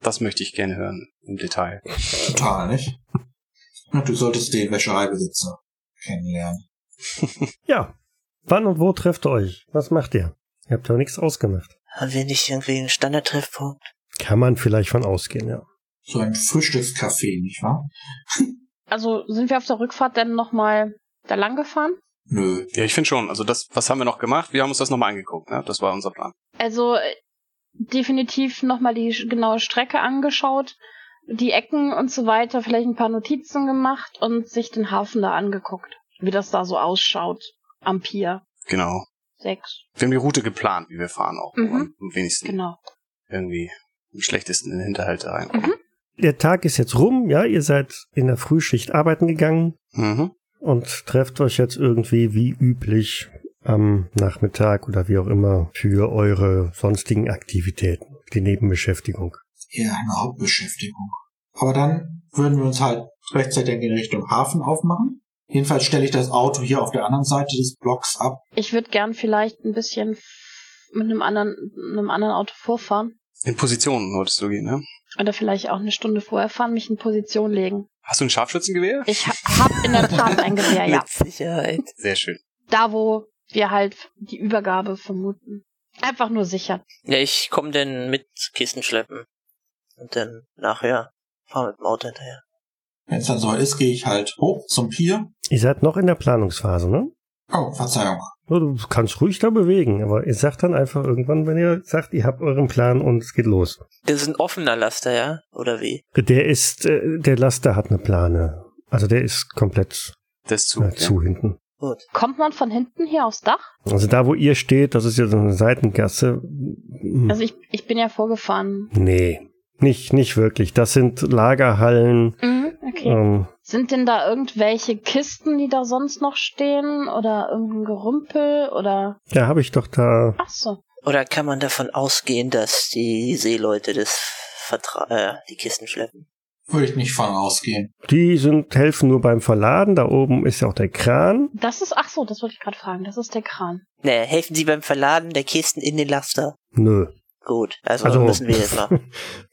S4: Das möchte ich gerne hören im Detail.
S5: Total nicht. Na, du solltest den Wäschereibesitzer kennenlernen.
S1: Ja. Wann und wo trefft ihr euch? Was macht ihr? Ihr habt ja nichts ausgemacht.
S6: Haben wir nicht irgendwie einen Standardtreffpunkt?
S1: Kann man vielleicht von ausgehen, ja.
S5: So ein Frühstückscafé, nicht wahr?
S2: Also sind wir auf der Rückfahrt denn nochmal da lang gefahren?
S5: Nö.
S4: Ja, ich finde schon. Also das, was haben wir noch gemacht? Wir haben uns das nochmal angeguckt. Ne? Das war unser Plan.
S2: Also äh, definitiv nochmal die sch- genaue Strecke angeschaut, die Ecken und so weiter, vielleicht ein paar Notizen gemacht und sich den Hafen da angeguckt, wie das da so ausschaut am Pier
S4: Genau.
S2: 6.
S4: Wir haben die Route geplant, wie wir fahren auch.
S2: Mhm.
S4: Am- Am wenigsten
S2: Genau.
S4: irgendwie am schlechtesten in den Hinterhalt da rein.
S2: Mhm.
S1: Der Tag ist jetzt rum, ja. Ihr seid in der Frühschicht arbeiten gegangen
S4: Mhm.
S1: und trefft euch jetzt irgendwie wie üblich am Nachmittag oder wie auch immer für eure sonstigen Aktivitäten, die Nebenbeschäftigung.
S5: Eher eine Hauptbeschäftigung. Aber dann würden wir uns halt rechtzeitig in Richtung Hafen aufmachen. Jedenfalls stelle ich das Auto hier auf der anderen Seite des Blocks ab.
S2: Ich würde gern vielleicht ein bisschen f- mit einem anderen, einem anderen Auto vorfahren.
S4: In Positionen wolltest du gehen, ne?
S2: Oder vielleicht auch eine Stunde vorher fahren, mich in Position legen.
S4: Hast du ein Scharfschützengewehr?
S2: Ich ha hab in der Tat ein Gewehr, ja.
S6: <laughs> Mit Sicherheit.
S4: Sehr schön.
S2: Da, wo wir halt die Übergabe vermuten. Einfach nur sicher.
S6: Ja, ich komm denn mit Kisten schleppen. Und dann nachher fahren wir mit dem Auto hinterher.
S5: Wenn es dann so ist, gehe ich halt hoch zum Pier.
S1: Ihr seid noch in der Planungsphase, ne?
S5: Oh, Verzeihung.
S1: Ja, Du kannst ruhig da bewegen, aber ihr sagt dann einfach irgendwann, wenn ihr sagt, ihr habt euren Plan und es geht los.
S6: Das ist ein offener Laster, ja? Oder wie?
S1: Der ist, äh, der Laster hat eine Plane. Also der ist komplett
S4: Das zu.
S1: äh, zu hinten.
S6: Gut.
S2: Kommt man von hinten hier aufs Dach?
S1: Also da, wo ihr steht, das ist ja so eine Seitengasse. Hm,
S2: Also ich, ich bin ja vorgefahren.
S1: nee, Nicht, nicht wirklich. Das sind Lagerhallen.
S2: Mhm, okay.
S1: Ähm,
S2: Sind denn da irgendwelche Kisten, die da sonst noch stehen? Oder irgendein Gerümpel? Oder.
S1: ja, habe ich doch da.
S2: Ach so.
S6: Oder kann man davon ausgehen, dass die Seeleute das Vertra äh, die Kisten schleppen?
S5: Würde ich nicht von ausgehen.
S1: Die sind, helfen nur beim Verladen. Da oben ist ja auch der Kran.
S2: Das ist. Ach so, das wollte ich gerade fragen. Das ist der Kran.
S6: Ne, helfen sie beim Verladen der Kisten in den Laster.
S1: Nö.
S6: Gut, also,
S1: Also-
S6: müssen wir jetzt machen.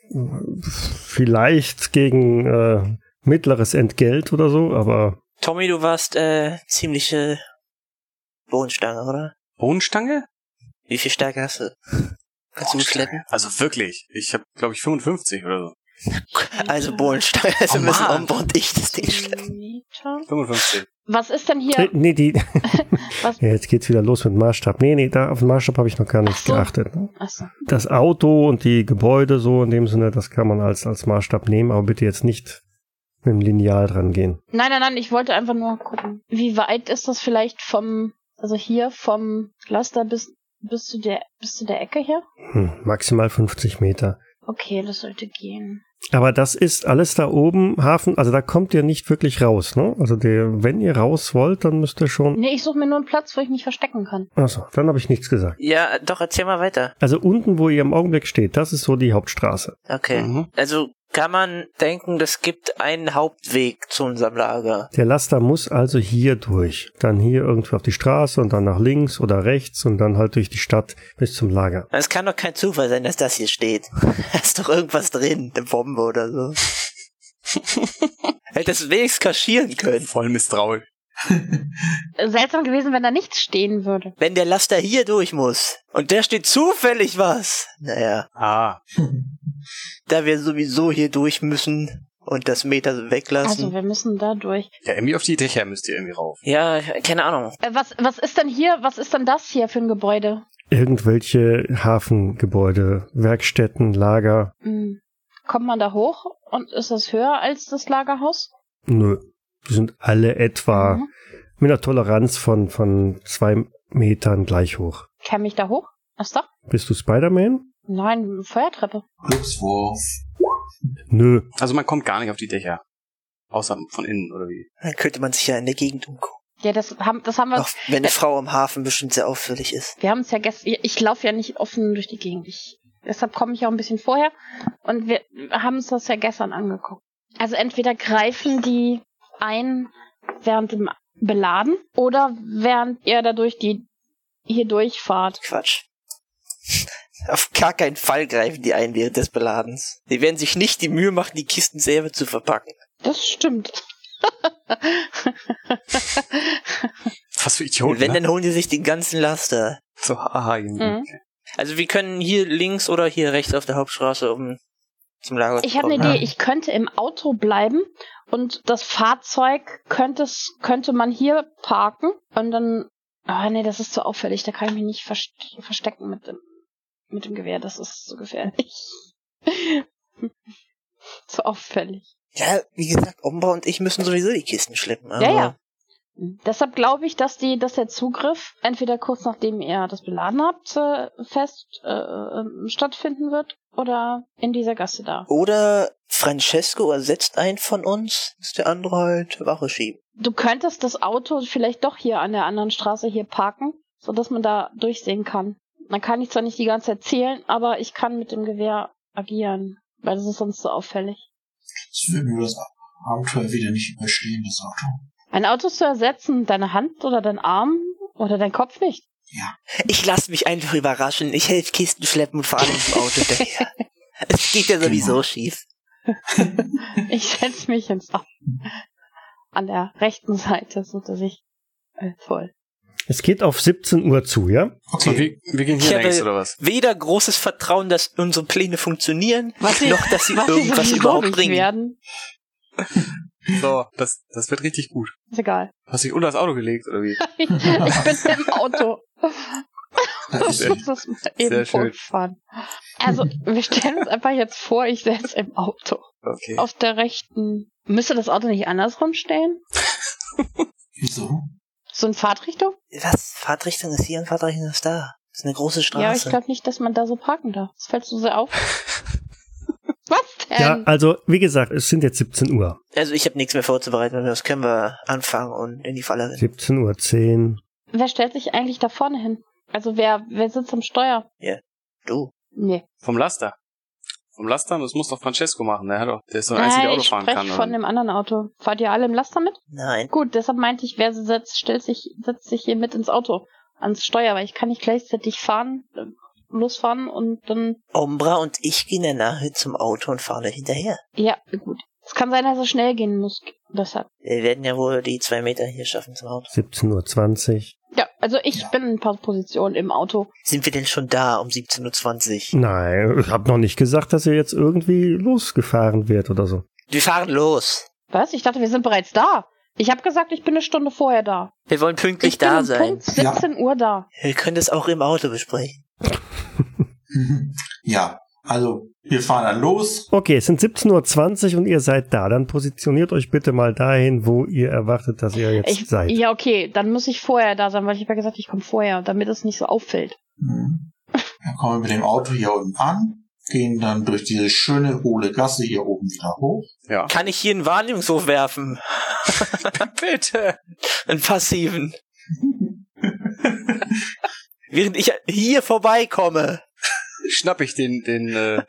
S1: <laughs> Vielleicht gegen äh, mittleres Entgelt oder so, aber
S6: <laughs> Tommy, du warst äh, ziemliche Bohnenstange, oder?
S4: Bohnenstange?
S6: Wie viel Stärke hast du? Kannst du gut schleppen?
S4: Also wirklich. Ich habe, glaube ich, 55 oder so.
S6: Also Bohnenstange, also
S4: Oh
S6: müssen
S4: Mann.
S6: Ombo und ich das Ding schleppen.
S2: Meter.
S4: 55.
S2: Was ist denn hier?
S1: nee, nee, die.
S2: <laughs> Was?
S1: ja, jetzt geht's wieder los mit Maßstab. Nee, nee, da auf den Maßstab habe ich noch gar nicht
S2: Ach so.
S1: geachtet. ne?
S2: Ach so.
S1: Das Auto und die Gebäude so in dem Sinne, das kann man als als Maßstab nehmen, aber bitte jetzt nicht mit dem Lineal dran gehen.
S2: Nein, nein, nein, ich wollte einfach nur gucken. Wie weit ist das vielleicht vom, also hier vom Laster bis, bis zu der, bis zu der Ecke hier?
S1: Hm, maximal 50 Meter.
S2: Okay, das sollte gehen.
S1: Aber das ist alles da oben Hafen. Also da kommt ihr nicht wirklich raus, ne? Also der, wenn ihr raus wollt, dann müsst ihr schon.
S2: Nee, ich suche mir nur einen Platz, wo ich mich verstecken kann.
S1: Achso, dann habe ich nichts gesagt.
S6: Ja, äh, doch, erzähl mal weiter.
S1: Also unten, wo ihr im Augenblick steht, das ist so die Hauptstraße.
S6: Okay.
S4: Mhm.
S6: Also kann man denken, das gibt einen Hauptweg zu unserem Lager.
S1: Der Laster muss also hier durch. Dann hier irgendwie auf die Straße und dann nach links oder rechts und dann halt durch die Stadt bis zum Lager.
S6: Es kann doch kein Zufall sein, dass das hier steht. <laughs> da ist doch irgendwas drin, eine Bombe oder so. Hättest du wenigstens kaschieren können.
S4: Voll misstrauisch.
S2: Äh, Seltsam gewesen, wenn da nichts stehen würde.
S6: Wenn der Laster hier durch muss und der steht zufällig was. Naja,
S4: Ah.
S6: da wir sowieso hier durch müssen und das Meter weglassen.
S2: Also wir müssen da durch.
S4: Ja, irgendwie auf die Dächer müsst ihr irgendwie rauf.
S6: ja, keine Ahnung.
S2: Äh, was, was ist denn hier, was ist denn das hier für ein Gebäude?
S1: Irgendwelche Hafengebäude, Werkstätten, Lager.
S2: Hm. Kommt man da hoch und ist das höher als das Lagerhaus?
S1: Nö. Die sind alle etwa
S2: Mhm.
S1: mit einer Toleranz von, von zwei Metern gleich hoch.
S2: Käme ich da hoch? Ach da?
S1: Bist du Spider-Man?
S2: Nein, Feuertreppe.
S5: Glückswurf.
S1: Nö.
S4: Also man kommt gar nicht auf die Dächer. Außer von innen, oder wie?
S6: Dann könnte man sich ja in der Gegend umgucken.
S2: Ja, das haben, das haben wir
S6: Auch wenn eine Frau im Hafen bestimmt sehr auffällig ist.
S2: Wir haben es ja gestern, ich laufe ja nicht offen durch die Gegend. Ich, deshalb komme ich auch ein bisschen vorher. Und wir haben uns das ja gestern angeguckt. Also entweder greifen die ein während dem Beladen oder während ihr dadurch die hier durchfahrt.
S6: Quatsch. Auf gar keinen Fall greifen die ein während des Beladens. Sie werden sich nicht die Mühe machen, die Kisten selber zu verpacken.
S2: Das stimmt.
S4: Was für Idioten,
S6: Wenn,
S4: ne?
S6: dann holen die sich den ganzen Laster.
S4: So, haha. irgendwie.
S2: Mhm.
S6: Also wir können hier links oder hier rechts auf der Hauptstraße um zum Lager
S2: Ich habe eine
S6: kommen.
S2: Idee, ich könnte im Auto bleiben und das Fahrzeug könnte, könnte man hier parken und dann. Ah, nee, das ist zu auffällig, da kann ich mich nicht vers- verstecken mit dem, mit dem Gewehr, das ist zu gefährlich. <laughs> zu auffällig.
S6: Ja, wie gesagt, Omba und ich müssen sowieso die Kisten schleppen. Aber
S2: ja, ja. Deshalb glaube ich, dass die, dass der Zugriff entweder kurz nachdem ihr das beladen habt, äh, fest äh, ähm, stattfinden wird oder in dieser Gasse da.
S6: Oder Francesco ersetzt einen von uns, dass der andere halt Wache schieben.
S2: Du könntest das Auto vielleicht doch hier an der anderen Straße hier parken, sodass man da durchsehen kann. Dann kann ich zwar nicht die ganze Zeit zählen, aber ich kann mit dem Gewehr agieren, weil das ist sonst so auffällig.
S5: Das würden wir das Abenteuer wieder nicht überstehen, das Auto.
S2: Ein Auto zu ersetzen, deine Hand oder dein Arm oder dein Kopf nicht. <laughs>
S6: Ich lasse mich einfach überraschen. Ich helfe Kisten schleppen und fahre mit dem Auto
S2: <laughs>
S6: daher. Es geht ja sowieso schief.
S2: Ich setz mich ins Auto. An der rechten Seite, so dass ich äh, voll.
S1: Es geht auf 17 Uhr zu, ja?
S4: So,
S5: Okay,
S4: wir, wir gehen hier
S6: Ich habe-
S4: längs, oder was?
S6: weder großes Vertrauen, dass unsere Pläne funktionieren,
S2: Was sie-
S6: noch dass
S2: <laughs>
S6: sie
S2: Was sie
S6: irgendwas
S2: sowieso
S6: überhaupt
S2: nicht
S6: bringen.
S2: werden.
S4: So, das, das wird richtig gut.
S2: Ist egal. <laughs>
S4: Hast dich unter das Auto gelegt, oder wie?
S2: Ich, ich bin im Auto.
S5: da ist sie.
S2: Das ist mal eben
S4: Sehr schön.
S2: hochfahren. Also, wir stellen uns einfach jetzt vor, ich sitze im Auto.
S4: Okay.
S2: Auf der rechten. Müsste das Auto nicht andersrum stehen?
S5: Wieso? <laughs>
S2: So in Fahrtrichtung?
S6: Was? Fahrtrichtung ist hier und Fahrtrichtung ist da.
S4: Ah,
S6: Das ist eine große
S4: <laughs>
S6: Straße.
S2: Ja, aber ich glaube nicht, dass man da so parken darf. Das fällt so sehr auf. Was?
S1: Ja,
S2: Ähm,
S1: also wie gesagt, es sind jetzt 17 Uhr.
S6: Also ich habe nichts mehr vorzubereiten, das können wir anfangen und in die Falle rennen.
S1: 17 Uhr 10.
S2: Wer stellt sich eigentlich da vorne hin? Also wer, wer sitzt am Steuer?
S6: Du.
S2: Nee.
S4: Vom Laster. Vom Laster, das muss doch Francesco machen. Der, hat doch, der ist doch der Einzige,
S2: Nein,
S4: der Auto
S2: ich
S4: fahren
S2: spreche
S4: kann.
S2: von
S4: oder?
S2: dem anderen Auto. Fahrt ihr alle im Laster mit?
S6: Nein.
S2: Gut, deshalb meinte ich, wer sitzt, stellt sich, setzt sich hier mit ins Auto, ans Steuer, weil ich kann nicht gleichzeitig fahren, äh, losfahren und dann,
S6: Ombra und ich gehen dann nachher zum Auto und fahren da hinterher.
S2: ja, gut. Es kann sein, dass er schnell gehen muss, deshalb.
S6: Wir werden ja wohl die zwei Meter hier schaffen zum Auto.
S1: 17 Uhr 20.
S2: Ja, also ich bin in ein paar Positionen im Auto.
S6: Sind wir denn schon da um 17.20 Uhr?
S1: Nein, ich habe noch nicht gesagt, dass ihr jetzt irgendwie losgefahren wird oder so.
S6: Wir fahren los.
S2: Was? Ich dachte, wir sind bereits da. Ich habe gesagt, ich bin eine Stunde vorher da.
S6: Wir wollen pünktlich
S2: ich bin
S6: da
S2: um
S6: sein.
S2: Punkt 17 Uhr da.
S6: Wir können das auch im Auto besprechen.
S5: Mhm. Ja, also wir fahren dann los.
S1: Okay, es sind 17.20 Uhr und ihr seid da. Dann positioniert euch bitte mal dahin, wo ihr erwartet, dass ihr jetzt
S2: Ich,
S1: seid.
S2: ja, okay, dann muss ich vorher da sein, weil ich habe ja gesagt, ich komme vorher, damit es nicht so auffällt.
S5: Mhm. Dann kommen wir mit dem Auto hier unten an, gehen dann durch diese schöne hohle Gasse hier oben wieder hoch.
S4: Ja.
S6: Kann ich hier einen Wahrnehmungshof <laughs> werfen?
S4: Bitte!
S6: Einen passiven. Während ich hier vorbeikomme.
S4: Schnapp ich den, den
S2: <laughs>
S4: äh,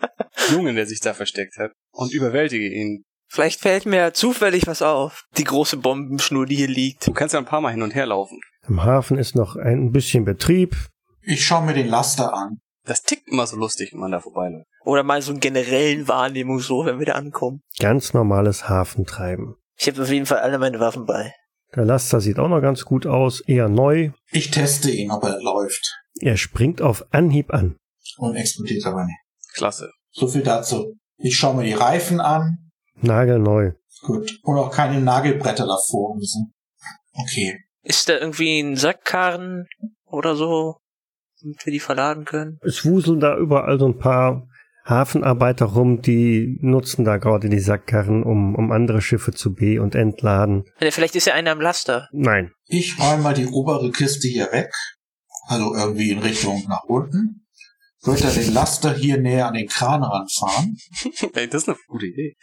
S4: Jungen, der sich da versteckt hat, und überwältige ihn.
S6: Vielleicht fällt mir ja zufällig was auf. Die große Bombenschnur, die hier liegt.
S4: Du kannst ja ein paar Mal hin und her laufen.
S1: Am Hafen ist noch ein bisschen Betrieb.
S5: Ich schaue mir den Laster an.
S4: Das tickt immer so lustig, wenn man da vorbeiläuft.
S6: Oder mal so einen generellen Wahrnehmungshof, wenn wir da ankommen.
S1: Ganz normales Hafentreiben.
S6: Ich habe auf jeden Fall alle meine Waffen bei.
S1: Der Laster sieht auch noch ganz gut aus, eher neu.
S5: Ich teste ihn, ob er läuft
S1: Er springt auf Anhieb an.
S5: und explodiert aber nicht.
S4: Klasse. <laughs>
S5: So viel dazu. Ich schaue mir die Reifen an.
S1: Nagelneu.
S5: Gut. Und auch keine Nagelbretter davor müssen. Okay.
S6: Ist da irgendwie ein Sackkarren oder so, damit wir die verladen können?
S1: Es wuseln da überall so ein paar Hafenarbeiter rum, die nutzen da gerade die Sackkarren, um, um andere Schiffe zu be- und entladen.
S6: Oder vielleicht ist ja einer am Laster.
S1: Nein,
S5: Ich räume mal die obere Kiste hier weg. Also irgendwie in Richtung nach unten. Wird er den Laster hier näher an den Kran ranfahren?
S4: Ey, das ist eine gute Idee.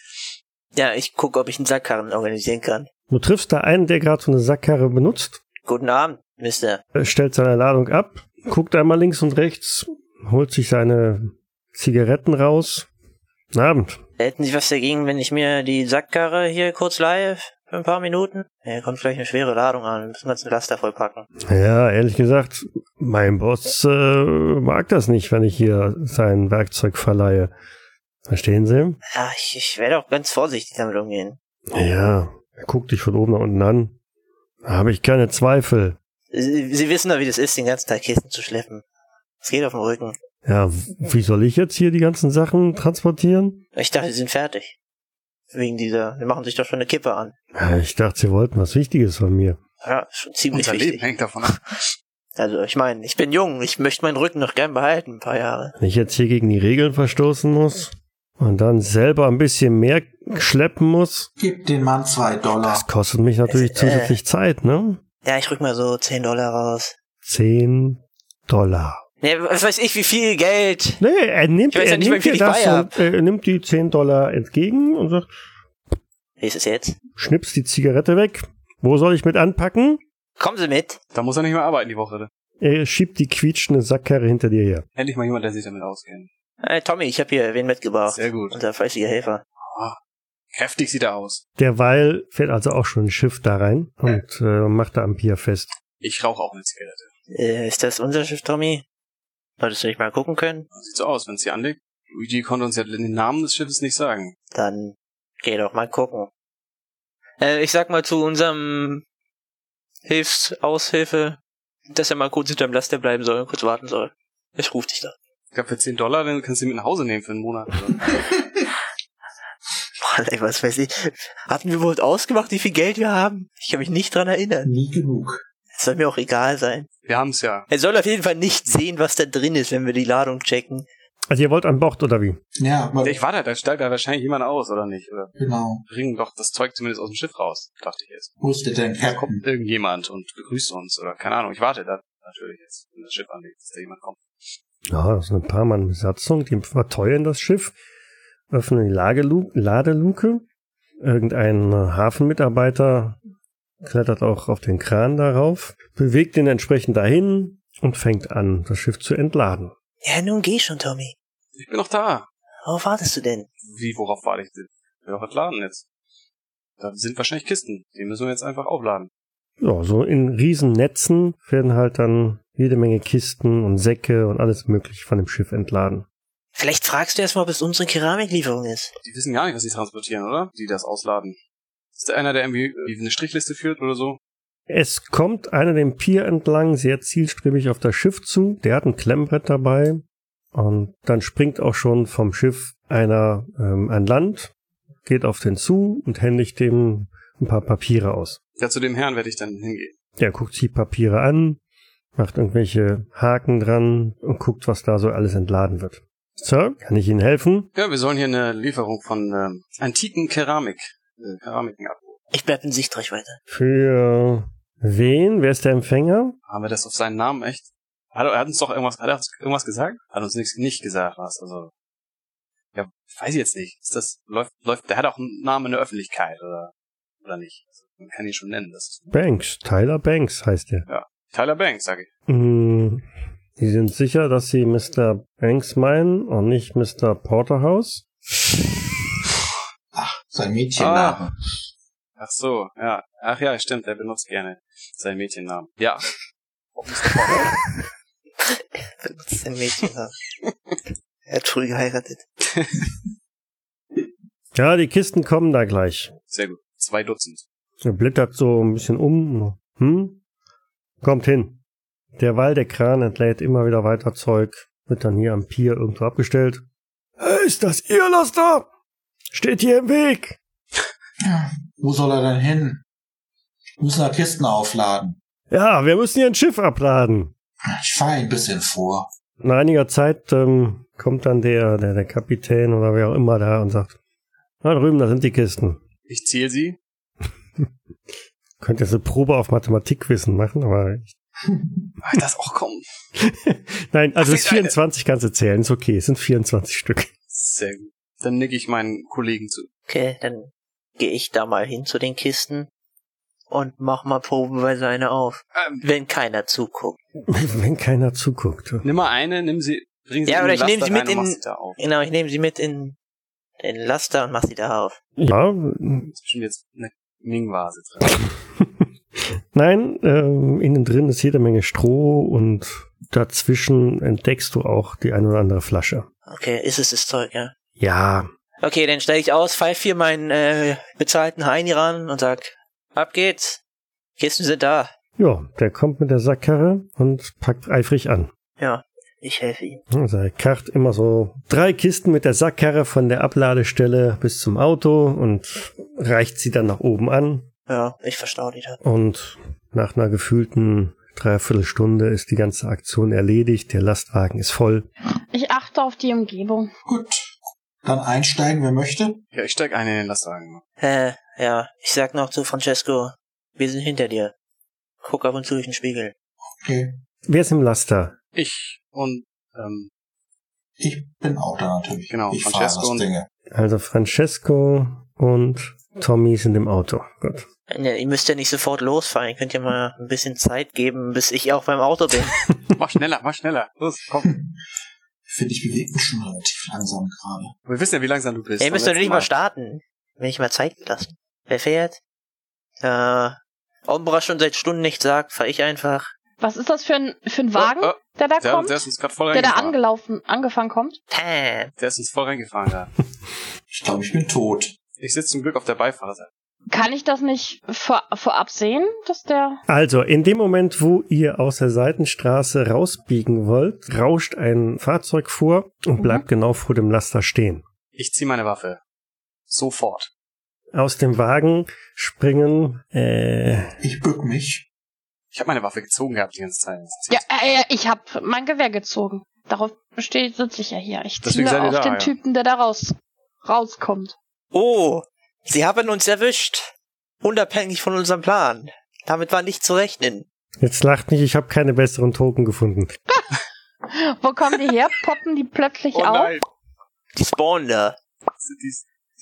S6: Ja, ich gucke, ob ich einen Sackkarren organisieren kann.
S1: du triffst da einen, der gerade so eine Sackkarre benutzt,
S6: Guten Abend, Mister.
S1: äh, stellt seine Ladung ab, guckt einmal links und rechts, holt sich seine Zigaretten raus. Guten Abend.
S6: Hätten Sie was dagegen, wenn ich mir die Sackkarre hier kurz leihe für ein paar Minuten? Ja, kommt gleich eine schwere Ladung an, wir müssen den ganzen Laster vollpacken.
S1: Ja, ehrlich gesagt, mein Boss äh, mag das nicht, wenn ich hier sein Werkzeug verleihe. Verstehen Sie?
S6: Ja, ich, ich werde auch ganz vorsichtig damit umgehen.
S1: Ja, er guckt dich von oben nach unten an. Da habe ich keine Zweifel.
S6: Sie, Sie wissen doch, wie das ist, den ganzen Tag Kisten zu schleppen. Es geht auf dem Rücken.
S1: Ja, w- wie soll ich jetzt hier die ganzen Sachen transportieren?
S6: Ich dachte, Sie sind fertig. Wegen dieser, Sie machen sich doch schon eine Kippe an.
S1: Ja, ich dachte, Sie wollten was Wichtiges von mir.
S6: Ja, schon ziemlich
S4: Unser Leben
S6: wichtig.
S4: hängt davon ab.
S6: Also, ich meine, ich bin jung, ich möchte meinen Rücken noch gern behalten, ein paar Jahre.
S1: Wenn ich jetzt hier gegen die Regeln verstoßen muss und dann selber ein bisschen mehr schleppen muss,
S5: Gib den Mann zwei Dollar.
S1: das kostet mich natürlich
S6: Äh.
S1: zusätzlich Zeit, ne?
S6: Ja, ich rück mal so 10 Dollar raus.
S1: Zehn Dollar.
S6: Ne, was weiß ich, wie viel Geld?
S1: Nee, er nimmt,
S6: Ich weiß ja
S1: er
S6: nicht, wie
S1: nimmt
S6: viel
S1: dir
S6: ich
S1: das
S6: bei
S1: und, äh, er nimmt die 10 Dollar entgegen und sagt,
S6: Wie ist es jetzt?
S1: schnippst die Zigarette weg. Wo soll ich mit anpacken?
S6: Kommen Sie mit.
S4: Da muss er nicht mehr arbeiten die Woche.
S1: Er schiebt die quietschende Sackkarre hinter dir her.
S4: Endlich mal jemand, der sich damit auskennt.
S6: Hey, Tommy, ich habe hier wen mitgebracht.
S4: Sehr gut.
S6: Unser fleißiger Helfer.
S4: Heftig sieht er aus.
S1: Derweil fährt also auch schon ein Schiff da rein und äh, macht da am Pier fest.
S4: Ich rauche auch eine Zigarette.
S6: Äh, ist das unser Schiff, Tommy? Solltest du nicht mal gucken können?
S4: Sieht so aus, wenn es hier anlegt. Luigi konnte uns ja den Namen des Schiffes nicht sagen.
S6: Dann geh doch mal gucken. Äh, ich sag mal zu unserem Hilfsaushilfe, dass er mal kurz hinterm Laster bleiben soll und kurz warten soll. Ich ruf dich da.
S4: Ich glaube, für 10 Dollar, dann kannst du ihn mit nach Hause nehmen für einen Monat.
S6: Mann, ey, was weiß ich. Hatten wir wohl ausgemacht, wie viel Geld wir haben? Ich kann mich nicht dran erinnern.
S5: Nie genug.
S6: Es soll mir auch egal sein.
S4: Wir haben's ja.
S6: Er soll auf jeden Fall nicht sehen, was da drin ist, wenn wir die Ladung checken.
S1: Also ihr wollt an Bord oder wie?
S5: Ja, aber
S4: Ich warte, halt, da steigt da wahrscheinlich jemand aus, oder nicht? Oder
S5: genau.
S4: bringen doch das Zeug zumindest aus dem Schiff raus, dachte ich jetzt.
S5: Wo ist der denn
S4: Da kommt
S5: herkommt?
S4: irgendjemand und begrüßt uns, oder keine Ahnung. Ich warte da natürlich jetzt, wenn das Schiff anlegt, dass da jemand kommt.
S1: Ja, das ist eine paar Mann Besatzung, die verteuern das Schiff öffne die Lagelu Ladeluke. Irgendein äh, Hafenmitarbeiter klettert auch auf den Kran darauf, bewegt ihn entsprechend dahin und fängt an, das Schiff zu entladen.
S6: Ja, nun geh schon, Tommy.
S4: Ich bin noch da.
S6: Worauf wartest du denn?
S4: Wie, worauf warte ich denn? Ich will doch was laden jetzt. Da sind wahrscheinlich Kisten. Die müssen wir jetzt einfach aufladen.
S1: Ja, so in Riesennetzen werden halt dann jede Menge Kisten und Säcke und alles Mögliche von dem Schiff entladen.
S6: Vielleicht fragst du erstmal, ob es unsere Keramiklieferung ist.
S4: Die wissen gar nicht, was sie transportieren, oder? Die das ausladen. Ist da einer, der irgendwie eine Strichliste führt oder so?
S1: Es kommt einer dem Pier entlang, sehr zielstrebig auf das Schiff zu. Der hat ein Klemmbrett dabei. Und dann springt auch schon vom Schiff einer ähm, an Land, geht auf den zu und händigt dem ein paar Papiere aus.
S4: Ja, zu dem Herrn werde ich dann hingehen.
S1: Der guckt sich die Papiere an, macht irgendwelche Haken dran und guckt, was da so alles entladen wird. Sir, kann ich Ihnen helfen?
S4: Ja, wir sollen hier eine Lieferung von ähm, antiken Keramik, äh, Keramiken abholen.
S6: Ich bleib in Sichtreichweite.
S1: Für wen? Wer ist der Empfänger?
S4: Haben wir das auf seinen Namen echt? Hat, er- er hat uns doch irgendwas, hat er uns irgendwas gesagt? Hat uns nichts nicht gesagt, was? Also, ja, weiß ich jetzt nicht. Ist das läuft läuft? Der hat auch einen Namen in der Öffentlichkeit oder oder nicht? Also, man kann ihn schon nennen. Das ist
S1: Banks, Tyler Banks heißt er.
S4: Tyler Banks, sage ich.
S1: Hm, Sie sind sicher, dass Sie Mr. Banks meinen und nicht Mr. Porterhouse?
S5: Sein Mädchenname.
S4: Ach so, ja. Ach ja, stimmt. Er benutzt gerne seinen Mädchennamen. Ja.
S6: Das ist ein Mädchen. <laughs> ja. er hat früh geheiratet.
S1: Ja, die Kisten kommen da gleich.
S4: Sehr gut. Zwei Dutzend.
S1: Er blättert so ein bisschen um. Hm? Kommt hin. Derweil der Kran entlädt immer wieder weiter Zeug, wird dann hier am Pier irgendwo abgestellt. Hey, ist das Ihr Laster? Steht hier im Weg.
S5: Wo soll er denn hin? Wir müssen da Kisten aufladen.
S1: Ja, wir müssen hier ein Schiff abladen.
S5: Ich fahre ein bisschen vor.
S1: Nach einiger Zeit ähm, kommt dann der, der, der Kapitän oder wer auch immer da und sagt, na drüben, da sind die Kisten.
S4: Ich zähle sie.
S1: Könnt jetzt eine Probe auf Mathematikwissen machen, aber ich,
S4: Ach, Ah, das auch kommen.
S1: nein, also
S4: Ach,
S1: es ist
S4: die eine.
S1: 24 kannst du zählen, ist okay, es sind 24 Stück.
S4: Sehr gut. Dann nicke ich meinen Kollegen zu.
S6: Okay, dann gehe ich da mal hin zu den Kisten und mach mal probenweise eine auf.
S4: Ähm,
S6: Wenn keiner zuguckt.
S1: Wenn keiner zuguckt.
S4: nimm mal eine, nimm sie, bring sie
S6: Ja,
S4: in
S6: oder
S4: den
S6: ich nehm
S4: Laster
S6: sie mit
S4: rein und mach
S6: in-
S4: sie da auf.
S6: Genau, ich nehme sie mit in den Laster und mach sie da auf.
S1: Ja,
S4: Ist bestimmt jetzt eine Ming-Vase drin.
S1: nein, ähm, innen drin ist jede Menge Stroh und dazwischen entdeckst du auch die eine oder andere Flasche.
S6: Okay, ist es das Zeug, ja.
S1: Ja,
S6: Okay, dann stell ich aus, pfeif hier meinen äh, bezahlten Heini ran und sag, ab geht's. Kisten sind da.
S1: ja, der kommt mit der Sackkarre und packt eifrig an.
S6: Ja, ich helfe ihm.
S1: Also er karrt immer so drei Kisten mit der Sackkarre von der Abladestelle bis zum Auto und reicht sie dann nach oben an.
S6: Ja, ich verstau die da.
S1: Und nach einer gefühlten Dreiviertelstunde ist die ganze Aktion erledigt. Der Lastwagen ist voll.
S2: Ich achte auf die Umgebung.
S5: Gut. Dann einsteigen, wer möchte.
S4: Ja, ich steig eine in den Laster rein. genau.
S6: Äh, ja, ich sag noch zu Francesco, wir sind hinter dir. Guck ab und zu durch den Spiegel.
S5: Okay.
S1: Wer ist im Laster?
S4: Ich und, ähm,
S5: Ich bin auch da natürlich.
S4: Genau,
S5: Ich fahre
S4: Francesco
S5: das
S4: und-
S5: Ding.
S1: Also Francesco und Tommy sind im Auto. Gut.
S6: Ne, ihr müsst ja nicht sofort losfahren, ihr könnt ja mal ein bisschen Zeit geben, bis ich auch beim Auto bin.
S4: mach schneller, mach schneller. Los, komm.
S5: Finde ich bewegt mich schon relativ langsam gerade.
S4: Wir wissen ja, wie langsam du bist.
S6: ihr müsst doch
S4: Beim
S6: nicht
S4: letzten
S6: mal starten, wenn ich mal Zeit gelassen. Wer fährt? Äh, Ombra schon seit Stunden nicht sagt, fahr ich einfach.
S2: Was ist das für ein, für ein Wagen,
S4: Oh,
S2: der da
S4: oh, der,
S2: kommt?
S4: der ist uns gerade voll
S2: der da
S4: reingefahren. Der,
S2: angelaufen, angefangen kommt?
S6: Pam.
S4: ist uns voll reingefahren gerade.
S5: Ich glaube, ich bin tot.
S4: Ich sitze zum Glück auf der Beifahrerseite.
S2: Kann ich das nicht vor, vorab sehen, dass der...
S1: Also, in dem Moment, wo ihr aus der Seitenstraße rausbiegen wollt, rauscht ein Fahrzeug vor und
S2: Mhm.
S1: bleibt genau vor dem Laster stehen.
S4: Ich zieh meine Waffe. Sofort.
S1: Aus dem Wagen springen äh,
S5: Ich bück mich.
S4: Ich habe meine Waffe gezogen gehabt die ganze Zeit. Das ist
S2: Ja,
S4: jetzt-
S2: äh, ich hab mein Gewehr gezogen. Darauf steht, sitze ich ja hier. Ich
S4: Deswegen seid
S2: ziele
S4: ihr
S2: auf
S4: da,
S2: den
S4: ja.
S2: Typen, der da raus, rauskommt.
S6: Oh, sie haben uns erwischt. Unabhängig von unserem Plan. Damit war nicht zu rechnen.
S1: Jetzt lacht nicht, ich habe keine besseren Token gefunden.
S2: <laughs>
S4: Oh
S2: Wo kommen die her? Poppen die plötzlich auf?
S6: Die spawnen da.
S4: Die,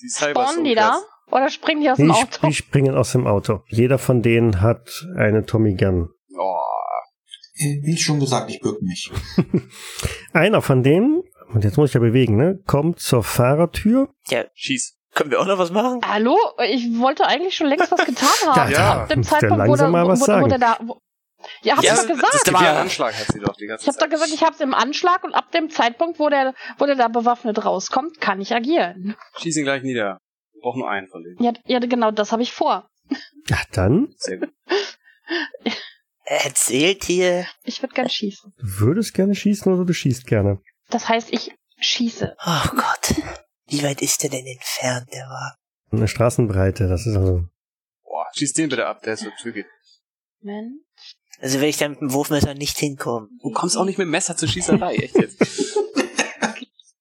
S4: die
S2: Spawnen die da? Oder springen die aus
S1: Die,
S2: dem
S1: sp-
S2: Auto?
S1: die springen aus dem Auto. Jeder von denen hat eine Tommy Gun.
S4: Oh,
S5: Äh, Wie schon gesagt, ich bück mich.
S1: Einer von denen, und jetzt muss ich ja bewegen, ne, kommt zur Fahrertür.
S4: schieß.
S6: Können wir auch noch was machen?
S2: Hallo? Ich wollte eigentlich schon längst was
S1: <laughs>
S2: getan haben.
S4: Ja.
S2: Ab dem
S1: muss der
S2: Zeitpunkt, wo,
S1: langsam
S2: der,
S1: mal
S2: wo,
S1: was
S2: wo, wo
S1: sagen.
S2: der da. Wo, ja, hab's
S6: Ja,
S2: doch gesagt.
S6: das-
S4: Der
S6: war-
S4: Anschlag hat sie doch die ganze
S2: Ich habe doch
S4: Zeit.
S2: gesagt, ich habe es im Anschlag und ab dem Zeitpunkt, wo der, wo der da bewaffnet rauskommt, kann ich agieren.
S4: Schieß ihn gleich nieder. Wir brauchen nur einen von denen.
S2: Ja, ja genau das habe ich vor.
S1: Ja, dann
S4: Sehr gut.
S6: Erzählt hier.
S2: Ich würde gern schießen.
S1: du würdest gerne schießen oder du schießt gerne.
S2: Das heißt, ich schieße.
S6: Oh Gott. Wie weit ist der denn entfernt, der Wagen?
S1: Eine Straßenbreite, das ist also.
S4: Boah, schieß den bitte ab, der ist so zügig.
S2: Man.
S6: Also werde ich da mit dem Wurfmesser nicht hinkommen.
S4: Du kommst auch nicht mit dem Messer zur Schießerei, echt jetzt.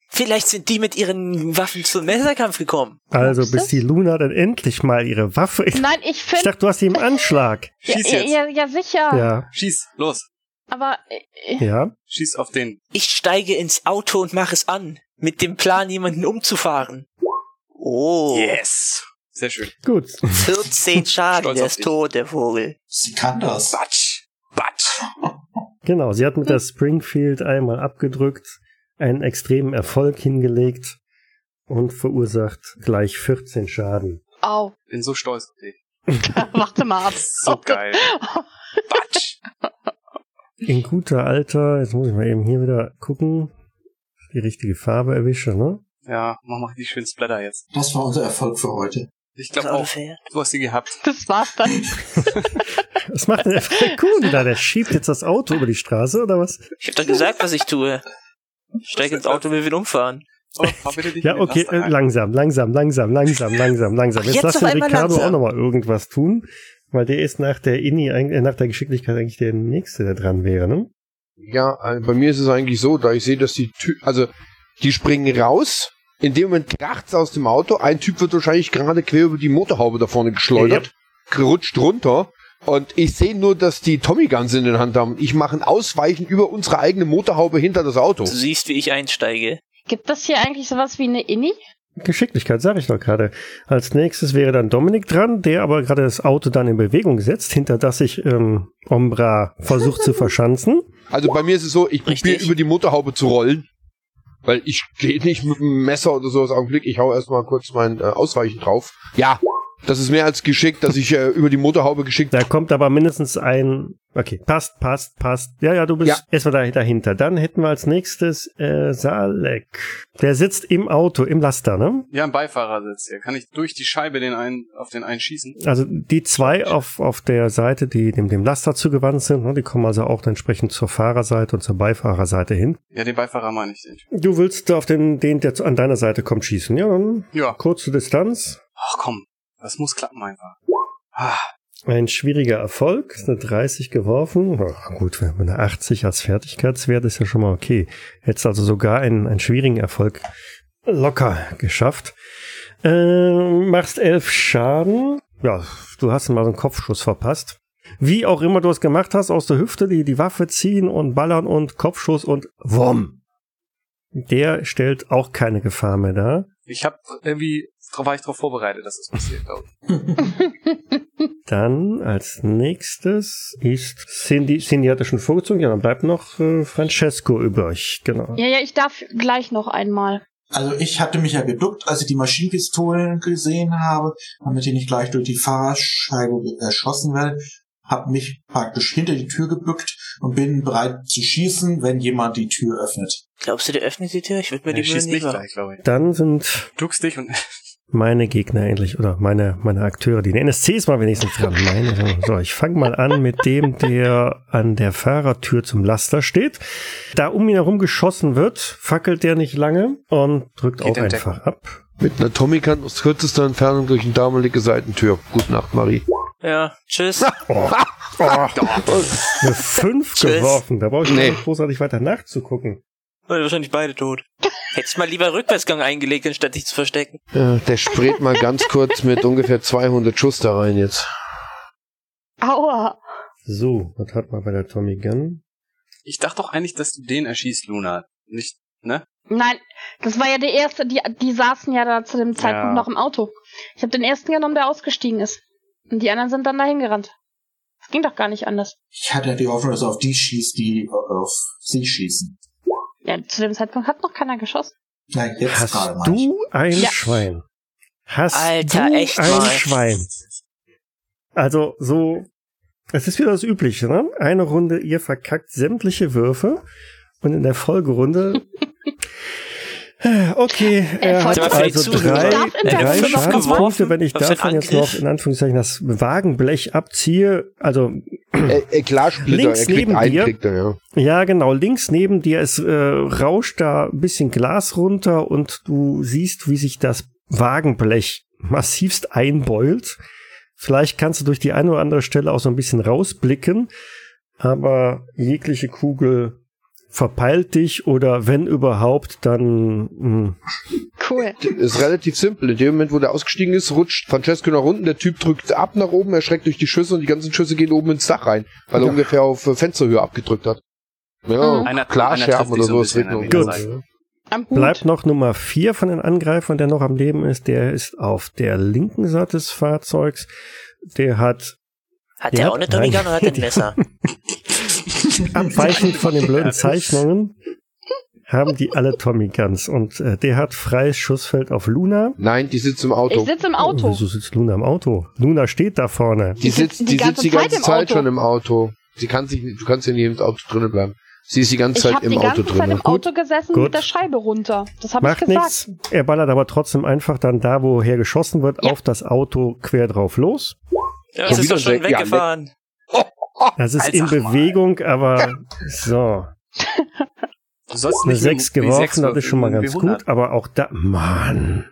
S6: Vielleicht sind die mit ihren Waffen zum Messerkampf gekommen.
S1: Also,
S2: Glaubst
S1: bis
S2: du?
S1: die Luna dann endlich mal ihre Waffe. Ich,
S2: Nein, ich
S1: <laughs> ich
S2: finde.
S1: dachte, du hast sie im Anschlag.
S2: Ja,
S4: Schieß
S2: ja,
S4: jetzt.
S2: ja, ja, sicher.
S1: Ja,
S4: Schieß, los.
S2: Aber äh,
S1: ja.
S4: Schieß auf den.
S6: Ich steige ins Auto und mache es an. Mit dem Plan, jemanden umzufahren. Oh.
S4: Yes. Sehr schön.
S1: Gut.
S4: <laughs>
S6: 14 Schaden,
S4: Stolz
S6: der
S4: auf
S6: ist
S4: dich.
S6: tot, der Vogel.
S5: Sie kann das.
S4: Batsch. Batsch.
S1: Genau, sie hat mit
S2: Hm.
S1: der Springfield einmal abgedrückt, einen extremen Erfolg hingelegt und verursacht gleich 14 Schaden.
S2: au,
S4: Bin so stolz auf dich.
S2: warte mal ab. <laughs>
S4: So geil. Batsch.
S1: In guter Alter, jetzt muss ich mal eben hier wieder gucken, die richtige Farbe erwische, ne?
S4: Ja, mach mal die schönen Splatter jetzt.
S5: Das war unser Erfolg für heute.
S4: Ich
S6: Das
S4: glaube auch,
S6: ungefähr.
S4: du hast sie gehabt.
S2: Das war's dann.
S1: Was macht
S6: <laughs>
S1: denn der Falcon da? Der schiebt jetzt das Auto über die Straße oder was?
S6: Ich hab doch gesagt, was ich tue. Ich Steige ins Auto, will wen umfahren.
S4: Aber fahr Oh, bitte nicht
S1: Ja,
S4: in den
S1: okay,
S4: Laster
S1: äh,
S4: rein.
S1: langsam, langsam, langsam, langsam, langsam, langsam.
S6: Ach,
S1: Jetzt,
S6: jetzt
S1: lass
S6: auf
S1: den
S6: einmal
S1: Ricardo auch
S6: langsam.
S1: nochmal irgendwas tun, weil der ist nach der Inni, eig- äh, nach der Geschicklichkeit eigentlich der Nächste, der dran wäre, ne?
S3: Ja, äh, bei mir ist es eigentlich so, da ich sehe, dass die Typen, also die springen raus, in dem Moment kracht's aus dem Auto, ein Typ wird wahrscheinlich gerade quer über die Motorhaube da vorne geschleudert, gerutscht runter und ich sehe nur, dass die Tommy Guns in den Hand haben. Ich mache ein Ausweichen über unsere eigene Motorhaube hinter das Auto.
S6: Du
S4: Oh.
S6: siehst, wie ich einsteige.
S2: Gibt das hier eigentlich sowas wie eine Inni?
S1: Geschicklichkeit, sag ich doch gerade. Als nächstes wäre dann Dominik dran, der aber gerade das Auto dann in Bewegung setzt, hinter das sich ähm, Ombra versucht zu verschanzen.
S3: Also bei mir ist es so, ich probiere
S6: Richtig.
S3: über die Motorhaube zu rollen, weil ich gehe nicht mit dem Messer oder sowas auf den Blick. Ich hau erstmal kurz mein äh, Ausweichen drauf. Ja, das ist mehr als geschickt, dass ich äh, über die Motorhaube geschickt
S1: Da kommt aber mindestens ein. Okay, passt, passt, passt. Ja, ja, du bist
S3: Ja.
S1: erstmal da, dahinter. Dann hätten wir als nächstes äh, Salek. Der sitzt im Auto, im Laster, ne?
S4: Ja, ein Beifahrersitz hier. Kann ich durch die Scheibe den einen, auf den einen schießen?
S1: Also die zwei auf, auf der Seite, die dem, dem Laster zugewandt sind, ne? die kommen also auch entsprechend zur Fahrerseite und zur Beifahrerseite hin.
S4: Ja, den Beifahrer meine ich nicht.
S1: Du willst auf den, den, der zu- an deiner Seite kommt, schießen. Ja, dann
S4: Ja.
S1: kurze Distanz.
S4: Ach komm, das muss klappen einfach. Ah,
S1: Ein schwieriger Erfolg, ist eine 30 geworfen. Ach, gut, wenn man eine 80 als Fertigkeitswert ist ja schon mal okay. Hättest also sogar einen, einen schwierigen Erfolg locker geschafft. Ähm, machst elf Schaden. Ja, du hast mal so einen Kopfschuss verpasst. Wie auch immer du es gemacht hast, aus der Hüfte die, die Waffe ziehen und ballern und Kopfschuss und Wurm. Der stellt auch keine Gefahr mehr dar.
S4: ich hab irgendwie, drauf war ich drauf vorbereitet, dass das passiert, glaube ich.
S1: Dann als nächstes ist Cindy. Cindy hatte schon vorgezogen, ja, dann bleibt noch äh, Francesco übrig, genau.
S2: Ja, ja, ich darf gleich noch einmal.
S5: Also ich hatte mich ja geduckt, als ich die Maschinenpistolen gesehen habe, damit ich nicht gleich durch die Fahrerscheibe äh, erschossen werde, habe mich praktisch hinter die Tür gebückt und bin bereit zu schießen, wenn jemand die Tür öffnet.
S6: Glaubst du, der öffnet die Tür? Ich würde mir
S4: Ja,
S6: die Mühe
S4: schießt mich
S6: nicht machen.
S4: gleich, glaube ich.
S1: Dann sind
S4: Duckst dich und <laughs>
S1: meine Gegner endlich, oder meine, meine Akteure, die NSC ist mal wenigstens dran. Meine, so, ich fange mal an mit dem, der an der Fahrertür zum Laster steht. Da um ihn herum geschossen wird, fackelt der nicht lange und drückt
S4: Geht
S1: auch
S4: in Deckung.
S1: einfach ab.
S3: Mit einer Tommy kann aus kürzester Entfernung durch eine damalige Seitentür. Gute Nacht, Marie.
S6: Ja,
S4: <laughs>
S6: tschüss.
S1: Oh, oh, eine 5
S6: Tschüss.
S1: geworfen, da brauche ich
S3: Nee.
S1: gar nicht großartig weiter nachzugucken.
S6: Oder wahrscheinlich beide tot. Hättest mal lieber Rückwärtsgang eingelegt, anstatt dich zu verstecken.
S3: Äh, der spräht mal ganz kurz mit ungefähr 200 Schuss da rein jetzt.
S2: Aua.
S1: So, was hat man bei der Tommy Gun?
S4: ich dachte doch eigentlich, dass du den erschießt, Luna. Nicht, ne?
S2: Nein, das war ja der erste, die, die saßen ja da zu dem Zeitpunkt
S4: Ja.
S2: noch im Auto. Ich habe den ersten genommen, der ausgestiegen ist. Und die anderen sind dann dahin gerannt. Das ging doch gar nicht anders.
S5: Ich hatte ja die Hoffnung, dass er auf die schießt, die äh, auf sie schießen.
S2: Ja, zu dem Zeitpunkt hat noch keiner geschossen.
S5: Nein, jetzt
S1: Hast
S5: gerade mal.
S1: du ein
S2: Ja.
S1: Schwein? Hast
S6: Alter,
S1: du
S6: echt
S1: ein
S6: mal.
S1: Schwein? Also so, es ist wieder das Übliche, ne? Eine Runde, ihr verkackt sämtliche Würfe und in der Folgerunde. Okay, er hat
S2: Folge-
S1: also
S6: Ich
S1: drei,
S2: darf in der
S1: drei
S2: Folge noch
S1: Schadenspunkte,
S6: geworfen.
S1: wenn ich
S6: Was für ein
S1: davon jetzt
S6: Angriff?
S1: noch in Anführungszeichen das Wagenblech abziehe, also
S3: Äh, äh, klar, Splitter,
S1: Links
S3: er kriegt
S1: neben
S3: einen,
S1: dir.
S3: kriegt er, ja.
S1: ja, genau. Links neben dir es äh, rauscht da ein bisschen Glas runter und du siehst, wie sich das Wagenblech massivst einbeult. Vielleicht kannst du durch die eine oder andere Stelle auch so ein bisschen rausblicken, aber jegliche Kugel verpeilt dich oder wenn überhaupt, dann hm, mh,
S2: Cool.
S3: Ist relativ simpel. In dem Moment, wo der ausgestiegen ist, rutscht Francesco nach unten, der Typ drückt ab nach oben, erschreckt durch die Schüsse und die ganzen Schüsse gehen oben ins Dach rein, weil er
S1: Ja.
S3: ungefähr auf äh, Fensterhöhe abgedrückt hat. Ja,
S2: Mhm.
S4: Einer-
S3: klar,
S4: einer
S3: Scherben
S4: trifft dich
S3: oder
S4: so ein
S3: so, es
S4: bisschen
S3: wird
S4: an
S3: noch.
S4: der
S1: Gut.
S4: Seite.
S2: Am Hut.
S1: Bleibt noch Nummer vier von den Angreifern, der noch am Leben ist. Der ist auf der linken Seite des Fahrzeugs. Der hat
S6: Hat
S1: Ja,
S6: der auch eine Tommy
S1: nein.
S6: Gun oder
S1: <laughs>
S6: hat der ein Messer?
S1: abweichend von den blöden
S4: Ja.
S1: Zeichnungen haben die alle Tommy Guns und äh, der hat freies Schussfeld auf Luna.
S3: Nein, die sitzt im
S2: ich
S3: Auto.
S2: sitze im
S1: Oh,
S2: Auto.
S1: wieso sitzt Luna im Auto? Luna steht da vorne.
S3: Die sitzt die, sitzt die ganze Zeit
S2: Auto.
S3: schon im Auto. Sie kann sich, nicht- du kannst ja nicht im Auto drinnen bleiben. Sie ist die ganze
S2: Ich
S3: Zeit
S2: habe
S3: im
S2: die
S3: Auto
S2: ganze Zeit
S3: drinnen.
S2: im Auto gesessen
S1: Gut.
S2: mit der Scheibe runter. Das habe ich
S1: Macht
S2: gesagt.
S1: nichts. Er ballert aber trotzdem einfach dann da, woher geschossen wird,
S2: Ja.
S1: auf das Auto quer drauf los.
S6: Ja, es
S3: Schon
S6: ist
S3: wieder
S6: doch schon
S3: Jack- ja,
S6: weggefahren.
S1: ne. Das ist
S4: Als
S1: in
S4: ach mal.
S1: Bewegung, aber so.
S4: Du sollst
S1: Eine
S4: nicht mit dem
S1: 6
S4: W6
S1: geworfen, das
S4: würfeln,
S1: ist schon mal
S4: mit dem
S1: ganz
S4: W100.
S1: gut, aber auch da, Mann.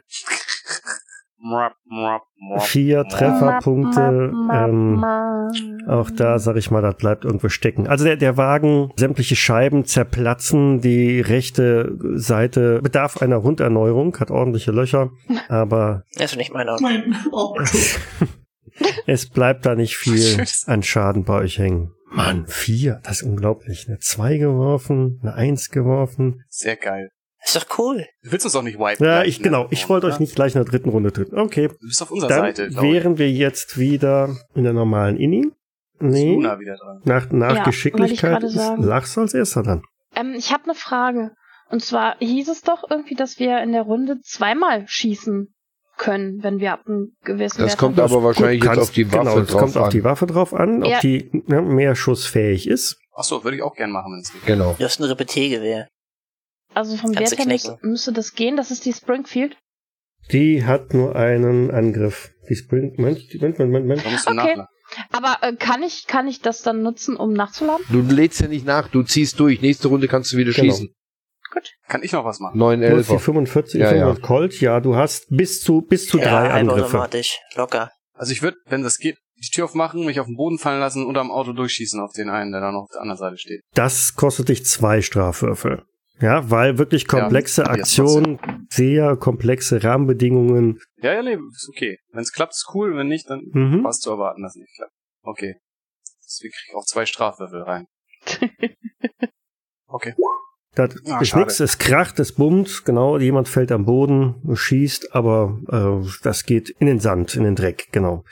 S4: Mrap, mrap, mrap.
S1: Vier Trefferpunkte,
S2: Ma, ma,
S1: ähm,
S2: ma.
S1: Auch
S2: Mhm.
S1: da, sag ich mal, das bleibt irgendwo stecken. Also der, der Wagen, sämtliche Scheiben zerplatzen, die rechte Seite bedarf einer Runderneuerung, hat ordentliche
S2: <laughs>
S1: Löcher, aber
S6: Das ist nicht mein Auto.
S5: Mein Auto.
S1: es bleibt da nicht
S2: <laughs>
S1: viel
S4: Tschüss.
S1: an Schaden bei euch hängen. Mann, vier, das ist unglaublich. Eine zwei geworfen, eine eins geworfen.
S4: Sehr geil.
S6: Ist doch cool.
S4: Du willst uns doch nicht wipen.
S1: Ja,
S4: gleich
S1: ich,
S4: in der
S1: genau, ich
S4: Runde,
S1: wollte
S4: oder?
S1: euch nicht gleich in der dritten Runde töten. Okay,
S4: ne? Du bist auf unserer
S1: dann
S4: Seite, glaube ich.
S1: wären wir jetzt wieder in der normalen Inni.
S4: Ist
S1: Nee,
S4: Luna wieder dran.
S1: nach, nach
S2: Ja,
S1: Geschicklichkeit
S2: wollte ich
S1: ist
S2: gerade sagen.
S1: Lachs als erster dann.
S2: Ähm, ich habe eine Frage. Und zwar hieß es doch irgendwie, dass wir in der Runde zweimal schießen können, wenn wir ab einem gewissen
S3: Das
S2: Wert
S3: kommt
S2: haben.
S3: aber wahrscheinlich
S1: Gut,
S3: jetzt
S1: kannst-
S3: auf die Waffe
S1: genau, es
S3: drauf
S1: kommt
S3: an.
S1: auf die Waffe drauf an,
S2: Ja.
S1: ob die ne, mehr schussfähig ist.
S4: Achso, würde ich auch gern machen, wenn es geht.
S3: Genau.
S6: Du hast ein Repetiergewehr.
S2: Also vom
S6: Kannst
S2: Wert
S6: du
S2: her müß,
S6: knicken.
S2: müsste das gehen. Das ist die Springfield.
S1: Die hat nur einen Angriff. Die Sprint, Moment, Moment, Moment, Moment.
S4: Da musst du
S2: Okay.
S4: nachladen.
S2: Aber äh, kann ich kann ich das dann nutzen, um nachzuladen?
S3: Du lädst ja nicht nach, du ziehst durch. Nächste Runde kannst du wieder
S1: Genau.
S3: schießen.
S4: Kann ich noch was machen?
S3: 9,
S1: Du hast
S3: 11.
S1: die 45
S3: Ja,
S1: ja,
S3: ja.
S1: Colt, ja, du hast bis zu, bis zu drei Angriffe.
S6: halbautomatisch. Locker.
S4: Also ich würde, wenn das geht, die Tür aufmachen, mich auf den Boden fallen lassen und am Auto durchschießen auf den einen, der da noch auf der anderen Seite steht.
S1: Das kostet dich zwei Strafwürfel. Ja, weil wirklich komplexe
S4: Ja, jetzt
S1: Aktionen, sehr komplexe Rahmenbedingungen.
S4: Ja, ja, nee, ist okay. Wenn es klappt, ist cool. Wenn nicht, dann
S1: Mhm.
S4: war es zu erwarten, dass es nicht klappt. Okay. Deswegen krieg ich auch zwei
S1: <laughs>
S4: Strafwürfel rein. Okay.
S1: Das
S4: Ah,
S1: ist
S4: schade.
S1: nichts, es kracht, es bummt, genau, jemand fällt am Boden, schießt, aber äh, das geht in den Sand, in den Dreck, genau.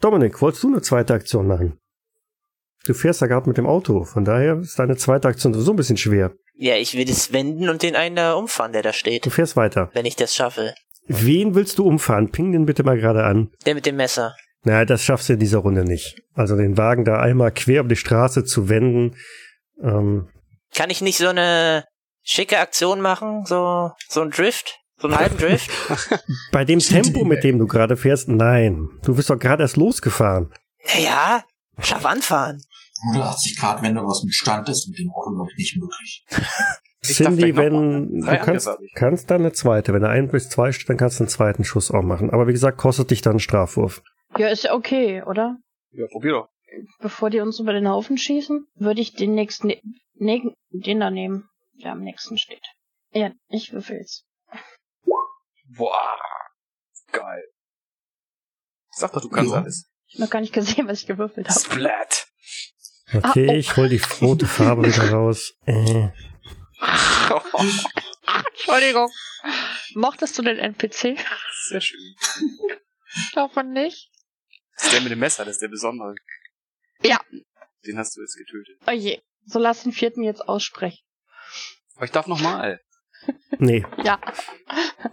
S1: Dominik, wolltest du eine zweite Aktion machen? Du fährst ja gerade mit dem Auto, von daher ist deine zweite Aktion sowieso ein bisschen schwer.
S6: Ja, ich will das wenden und den einen da umfahren, der da
S1: Du
S6: steht.
S1: fährst weiter.
S6: Wenn ich das schaffe.
S1: Wen willst du umfahren? Ping den bitte mal gerade an.
S6: Der mit dem Messer.
S1: Na, das schaffst du in dieser Runde nicht. Also den Wagen da einmal quer um die Straße zu wenden, ähm,
S6: Kann ich nicht so eine schicke Aktion machen? So, so ein Drift? So einen
S1: <laughs>
S6: halben Drift?
S1: bei dem Tempo, mit dem du gerade fährst, nein. Du bist doch gerade erst losgefahren.
S6: Naja, scharf anfahren.
S5: 180 Grad Wende, was mit Stand ist, mit dem Auto noch nicht möglich.
S4: Ich darf
S1: Cindy,
S4: gleich noch
S1: wenn
S4: machen. Drei
S1: du kannst,
S4: Angriffe hab ich.
S1: kannst dann eine zweite, wenn er ein bis zwei steht, dann kannst du einen zweiten Schuss auch machen. Aber wie gesagt, kostet dich dann einen Strafwurf.
S2: Ja, ist ja okay, oder?
S4: Ja, probier doch.
S2: Bevor die uns über den Haufen schießen, würde ich den nächsten ne ne den da nehmen, der am nächsten steht. Ja, ich würfel jetzt.
S4: Boah. Geil. Sag doch, du kannst
S5: Ja.
S4: alles.
S2: Ich hab noch gar nicht gesehen, was ich gewürfelt habe.
S4: Splat.
S1: Okay,
S2: Ah, oh.
S1: ich hol die rote Farbe wieder raus. Äh,
S2: Ach, Entschuldigung. Mochtest du den NPC?
S4: Sehr schön.
S2: Ich glaube nicht.
S4: Das ist der mit dem Messer, das ist der besondere.
S2: Ja.
S4: Den hast du jetzt getötet.
S2: Oh je. So lass den vierten jetzt aussprechen.
S4: Aber ich darf nochmal.
S1: Nee,
S2: Ja.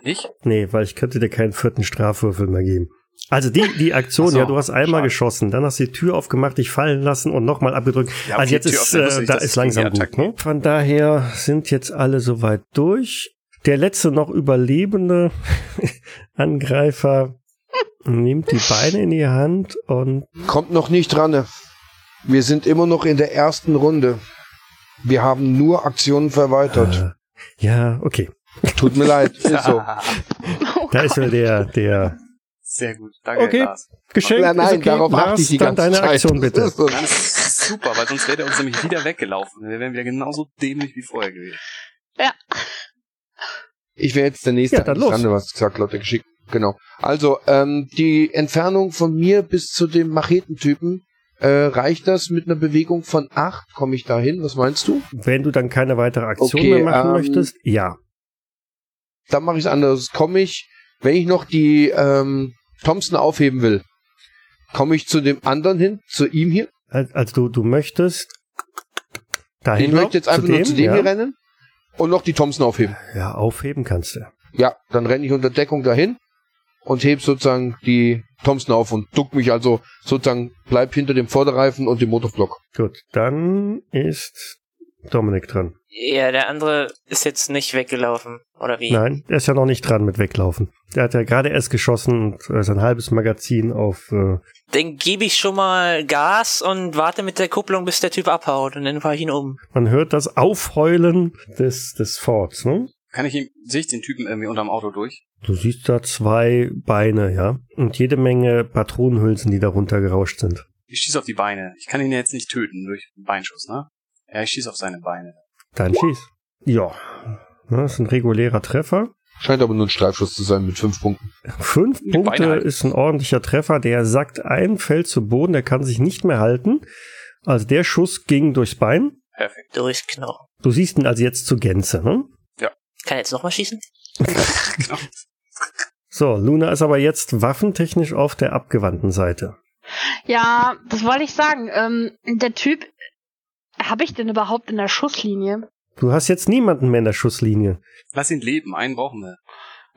S4: Ich?
S1: nee, weil ich könnte dir keinen vierten Strafwürfel mehr geben. Also die, die Aktion,
S4: Ach so,
S1: ja, du hast einmal
S4: schade.
S1: geschossen, dann hast du die Tür aufgemacht, dich fallen lassen und nochmal abgedrückt.
S4: Ja,
S1: also
S4: okay,
S1: jetzt
S4: Tür
S1: ist,
S4: öffnen wusste
S1: äh,
S4: ich,
S1: da
S4: dass
S1: ist
S4: die
S1: langsam gut.
S4: Attacken-
S1: Ne? Von daher sind jetzt alle soweit durch. Der letzte noch überlebende <laughs> Angreifer nimmt die Beine in die Hand und
S3: Kommt noch nicht dran. Wir sind immer noch in der ersten Runde. Wir haben nur Aktionen verweitert.
S1: <laughs> äh, ja, okay.
S3: Tut mir leid. Ist so.
S2: Oh
S1: Da ist ja der, der
S4: <laughs> Sehr gut. Danke,
S1: Okay.
S4: Lars.
S1: Geschenk.
S3: Nein, nein,
S1: ist okay.
S3: darauf
S1: Lars,
S3: achte ich die
S1: dann
S3: ganze
S1: deine
S3: Zeit. <laughs>
S1: Aktion bitte.
S3: Ist so.
S4: Nein, das ist super, weil sonst wäre der uns nämlich wieder weggelaufen. Wir wären wieder genauso dämlich wie vorher gewesen.
S3: Ich wäre jetzt der nächste.
S1: Ja, dann los.
S3: Alexander, was gesagt, Lotte geschickt. Genau. Also, ähm, die Entfernung von mir bis zu dem Machetentypen, äh, reicht das mit einer Bewegung von acht? Komme ich da hin? Was meinst du?
S1: Wenn du dann keine weitere Aktion
S3: Okay,
S1: mehr machen
S3: ähm,
S1: möchtest, ja.
S3: Dann mache ich es anders. Komme ich, wenn ich noch die ähm, Thompson aufheben will, komme ich zu dem anderen hin, zu ihm hier?
S1: Al- Also du, du möchtest dahin
S3: Ich möchte jetzt einfach nur zu dem
S1: ja.
S3: hier rennen und noch die Thompson aufheben.
S1: Ja, aufheben kannst du.
S3: Ja, dann renne ich unter Deckung dahin und heb sozusagen die Thompson auf und duck mich also sozusagen, bleib hinter dem Vorderreifen und dem Motorblock.
S1: Gut, dann ist Dominik dran.
S6: Ja, der andere ist jetzt nicht weggelaufen, oder wie?
S1: Nein, er ist ja noch nicht dran mit Weglaufen. Der hat ja gerade erst geschossen und äh, sein halbes Magazin auf. Äh,
S6: Dann gebe ich schon mal Gas und warte mit der Kupplung, bis der Typ abhaut und dann fahre ich ihn um.
S1: man hört das Aufheulen des, des Forts, ne?
S4: Kann ich ihm, sehe ich den Typen irgendwie unterm Auto durch?
S1: Du siehst da zwei Beine, ja? Und jede Menge Patronenhülsen, die darunter gerauscht sind.
S4: Ich schieße auf die Beine. Ich kann ihn ja jetzt nicht töten durch einen Beinschuss, ne? Ja, ich schieße auf seine Beine.
S1: Dann schieß. Ja. Ne, Das ist ein regulärer Treffer.
S3: Scheint aber nur ein Streifschuss zu sein mit fünf Punkten.
S1: Fünf
S4: Die
S1: Punkte
S4: Beine halten.
S1: ist ein ordentlicher Treffer. Der sackt ein, fällt zu Boden, der kann sich nicht mehr halten. Also der Schuss ging durchs Bein.
S4: Perfekt.
S6: Durchs Knochen.
S1: Du siehst ihn also jetzt zu Gänze, ne?
S6: Kann er jetzt nochmal schießen?
S4: Genau.
S1: So, Luna ist aber jetzt waffentechnisch auf der abgewandten Seite.
S2: Ja, das wollte ich sagen. Ähm, der Typ, habe ich den überhaupt in der Schusslinie?
S1: Du hast jetzt niemanden mehr in der Schusslinie.
S4: Lass ihn leben. Einen brauchen wir.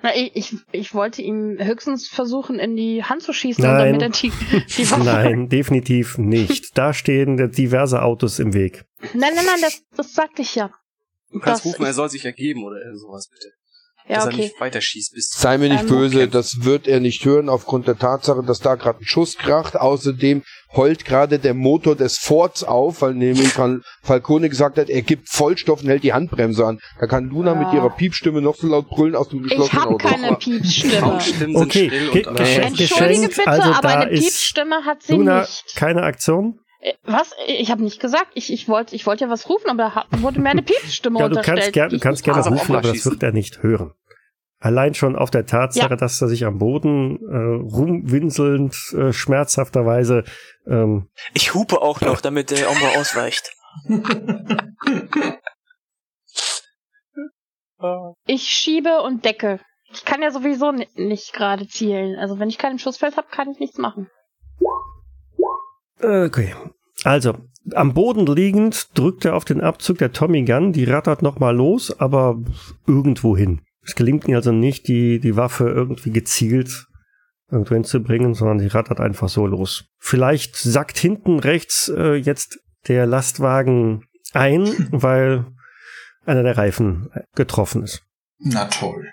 S2: Na, ich, ich, ich wollte ihm höchstens versuchen, in die Hand zu schießen,
S1: Nein.
S2: damit er die,
S1: <laughs>
S2: die Waffe.
S1: Nein, definitiv nicht. Da stehen diverse Autos im Weg.
S2: nein, nein, nein, das, das sagte ich ja.
S4: Du
S2: Das-
S4: kannst rufen, er soll sich ergeben oder irgend sowas, bitte.
S2: Ja,
S4: Dass er
S2: okay.
S4: nicht weiterschießt bis zu.
S3: Sei mir nicht
S2: Ähm,
S3: böse,
S4: okay.
S3: das wird er nicht hören aufgrund der Tatsache, dass da gerade ein Schuss kracht. Außerdem heult gerade der Motor des Forts auf, weil <laughs> nämlich Fal- Falcone gesagt hat, er gibt Vollstoff und hält die Handbremse an. Da kann Luna
S2: Ah.
S3: mit ihrer Piepstimme noch so laut brüllen aus dem
S2: Ich
S3: geschlossenen
S2: habe
S3: Auto.
S2: keine Piepsstimme.
S4: Stimmen sind
S1: Okay,
S4: still
S1: Ge
S4: und äh,
S1: Geschenk,
S2: Entschuldige
S1: Geschenk.
S2: bitte,
S1: Also
S2: aber
S1: da
S2: eine
S1: ist
S2: Piepsstimme hat sie
S1: Luna
S2: nicht.
S1: keine Aktion.
S2: Äh, Was? Ich habe nicht gesagt. Ich, ich wollte ich wollte ja was rufen, aber da hat- wurde mir eine Piepsstimme
S1: Ja, du
S2: unterstellt.
S1: kannst, ger du
S2: Ich-
S1: kannst
S2: ich-
S1: gerne
S4: Also auf
S1: rufen, aber das
S4: Oberschießen.
S1: wird er nicht hören. Allein schon auf der Tatsache,
S2: Ja.
S1: dass er sich am Boden äh, rumwinselnd, äh, schmerzhafterweise ähm,
S6: Ich hupe auch noch, damit der Ombre ausweicht.
S2: Ich schiebe und decke. Ich kann ja sowieso ni- nicht gerade zielen. Also wenn ich keinen Schussfeld habe, kann ich nichts machen.
S1: äh, okay. Also, am Boden liegend drückt er auf den Abzug der Tommy Gun, die rattert nochmal los, aber irgendwo hin. Es gelingt ihm also nicht, die, die Waffe irgendwie gezielt irgendwo hinzubringen, sondern sie rattert einfach so los. Vielleicht sackt hinten rechts äh, jetzt der Lastwagen ein, weil einer der Reifen getroffen ist.
S5: Na toll.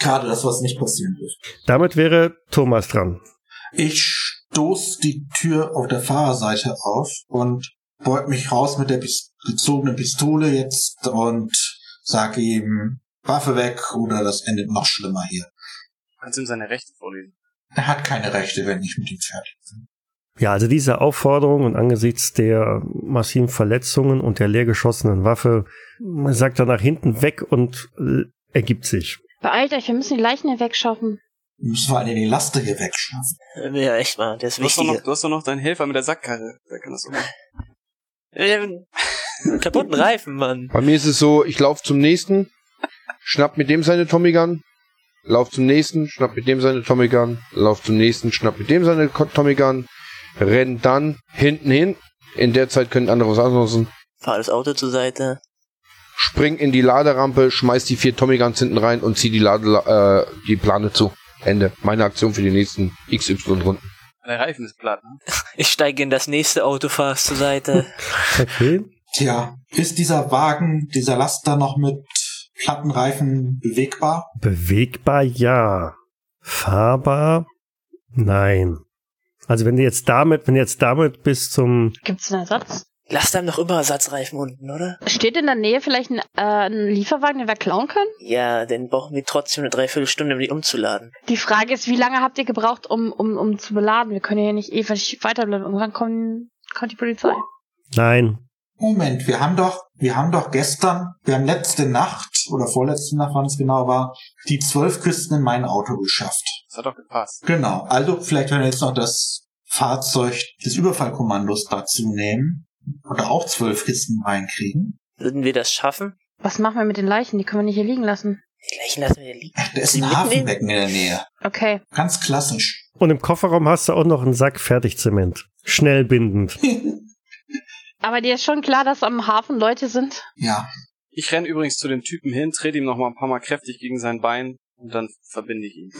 S5: Gerade das, was nicht passieren wird.
S1: Damit wäre Thomas dran.
S5: Ich stoß die Tür auf der Fahrerseite auf und beug mich raus mit der Pis gezogenen Pistole jetzt und sag ihm, Waffe weg oder das endet noch schlimmer hier.
S4: Kannst ihm seine Rechte vorlesen.
S5: Er hat keine Rechte, wenn ich mit ihm fertig bin.
S1: Ja, also diese Aufforderung und angesichts der massiven Verletzungen und der leer geschossenen Waffe sagt er nach hinten weg und äh, ergibt sich.
S2: Beeilt euch, wir müssen die Leichen hier wegschaffen.
S5: Wir müssen vor allem die Laste hier wegschaffen.
S6: Äh, Ja, echt mal, das ist
S4: Du hast, doch noch,
S6: wichtig.
S4: du hast doch noch deinen Helfer mit der Sackkarre. Der kann
S1: <laughs>
S4: das so machen.
S6: Ähm, Kaputten Reifen, Mann.
S3: Bei mir ist es so, ich laufe zum nächsten, Schnapp mit dem seine Tommy Gun, lauf zum nächsten, schnapp mit dem seine Tommy Gun, lauf zum nächsten, schnapp mit dem seine Ko- Tommy Gun, renn dann hinten hin. In der Zeit können andere was anlassen.
S6: Fahr das Auto zur Seite.
S3: Spring in die Laderampe, schmeiß die vier Tommy Guns hinten rein und zieh die, Lade, äh, die Plane zu. Ende. Meine Aktion für die nächsten XY-Runden.
S4: Der Reifen ist platt, ne?
S6: Ich steige in das nächste Auto, fahr es zur Seite.
S1: Okay.
S5: Tja, ist dieser Wagen, dieser Laster noch mit Plattenreifen bewegbar?
S1: Bewegbar ja. Fahrbar nein. Also wenn du jetzt damit, wenn du jetzt damit bis zum
S2: Gibt's einen Ersatz?
S6: <laughs> Lass dann noch immer Ersatzreifen unten, oder?
S2: Steht in der Nähe vielleicht ein, äh, ein Lieferwagen, den wir klauen können?
S6: Ja, den brauchen wir trotzdem eine Dreiviertelstunde, um die umzuladen.
S2: Die Frage ist, wie lange habt ihr gebraucht, um, um, um zu beladen? Wir können ja nicht ewig weiterbleiben. Irgendwann kommen, kommt die Polizei.
S1: Nein.
S5: Moment, wir haben doch, wir haben doch gestern, wir haben letzte Nacht oder vorletzte Nacht, wann es genau war, die zwölf Kisten in mein Auto geschafft.
S4: Das hat doch gepasst.
S5: Genau. Also vielleicht wenn wir jetzt noch das Fahrzeug des Überfallkommandos dazu nehmen und da auch zwölf Kisten reinkriegen.
S6: Würden wir das schaffen?
S2: Was machen wir mit den Leichen? Die können wir nicht hier liegen lassen.
S6: Die Leichen lassen wir hier liegen.
S5: Da ist
S6: Sie
S5: ein
S6: mitnehmen?
S5: Hafenbecken in der Nähe.
S2: Okay.
S5: Ganz klassisch. <laughs>
S1: Und im Kofferraum hast du auch noch einen Sack Fertigzement. Schnell bindend.
S2: Aber dir ist schon klar, dass am Hafen Leute sind?
S5: ja.
S4: Ich renn übrigens zu dem Typen hin, trete ihm noch mal ein paar Mal kräftig gegen sein Bein und dann verbinde ich ihn.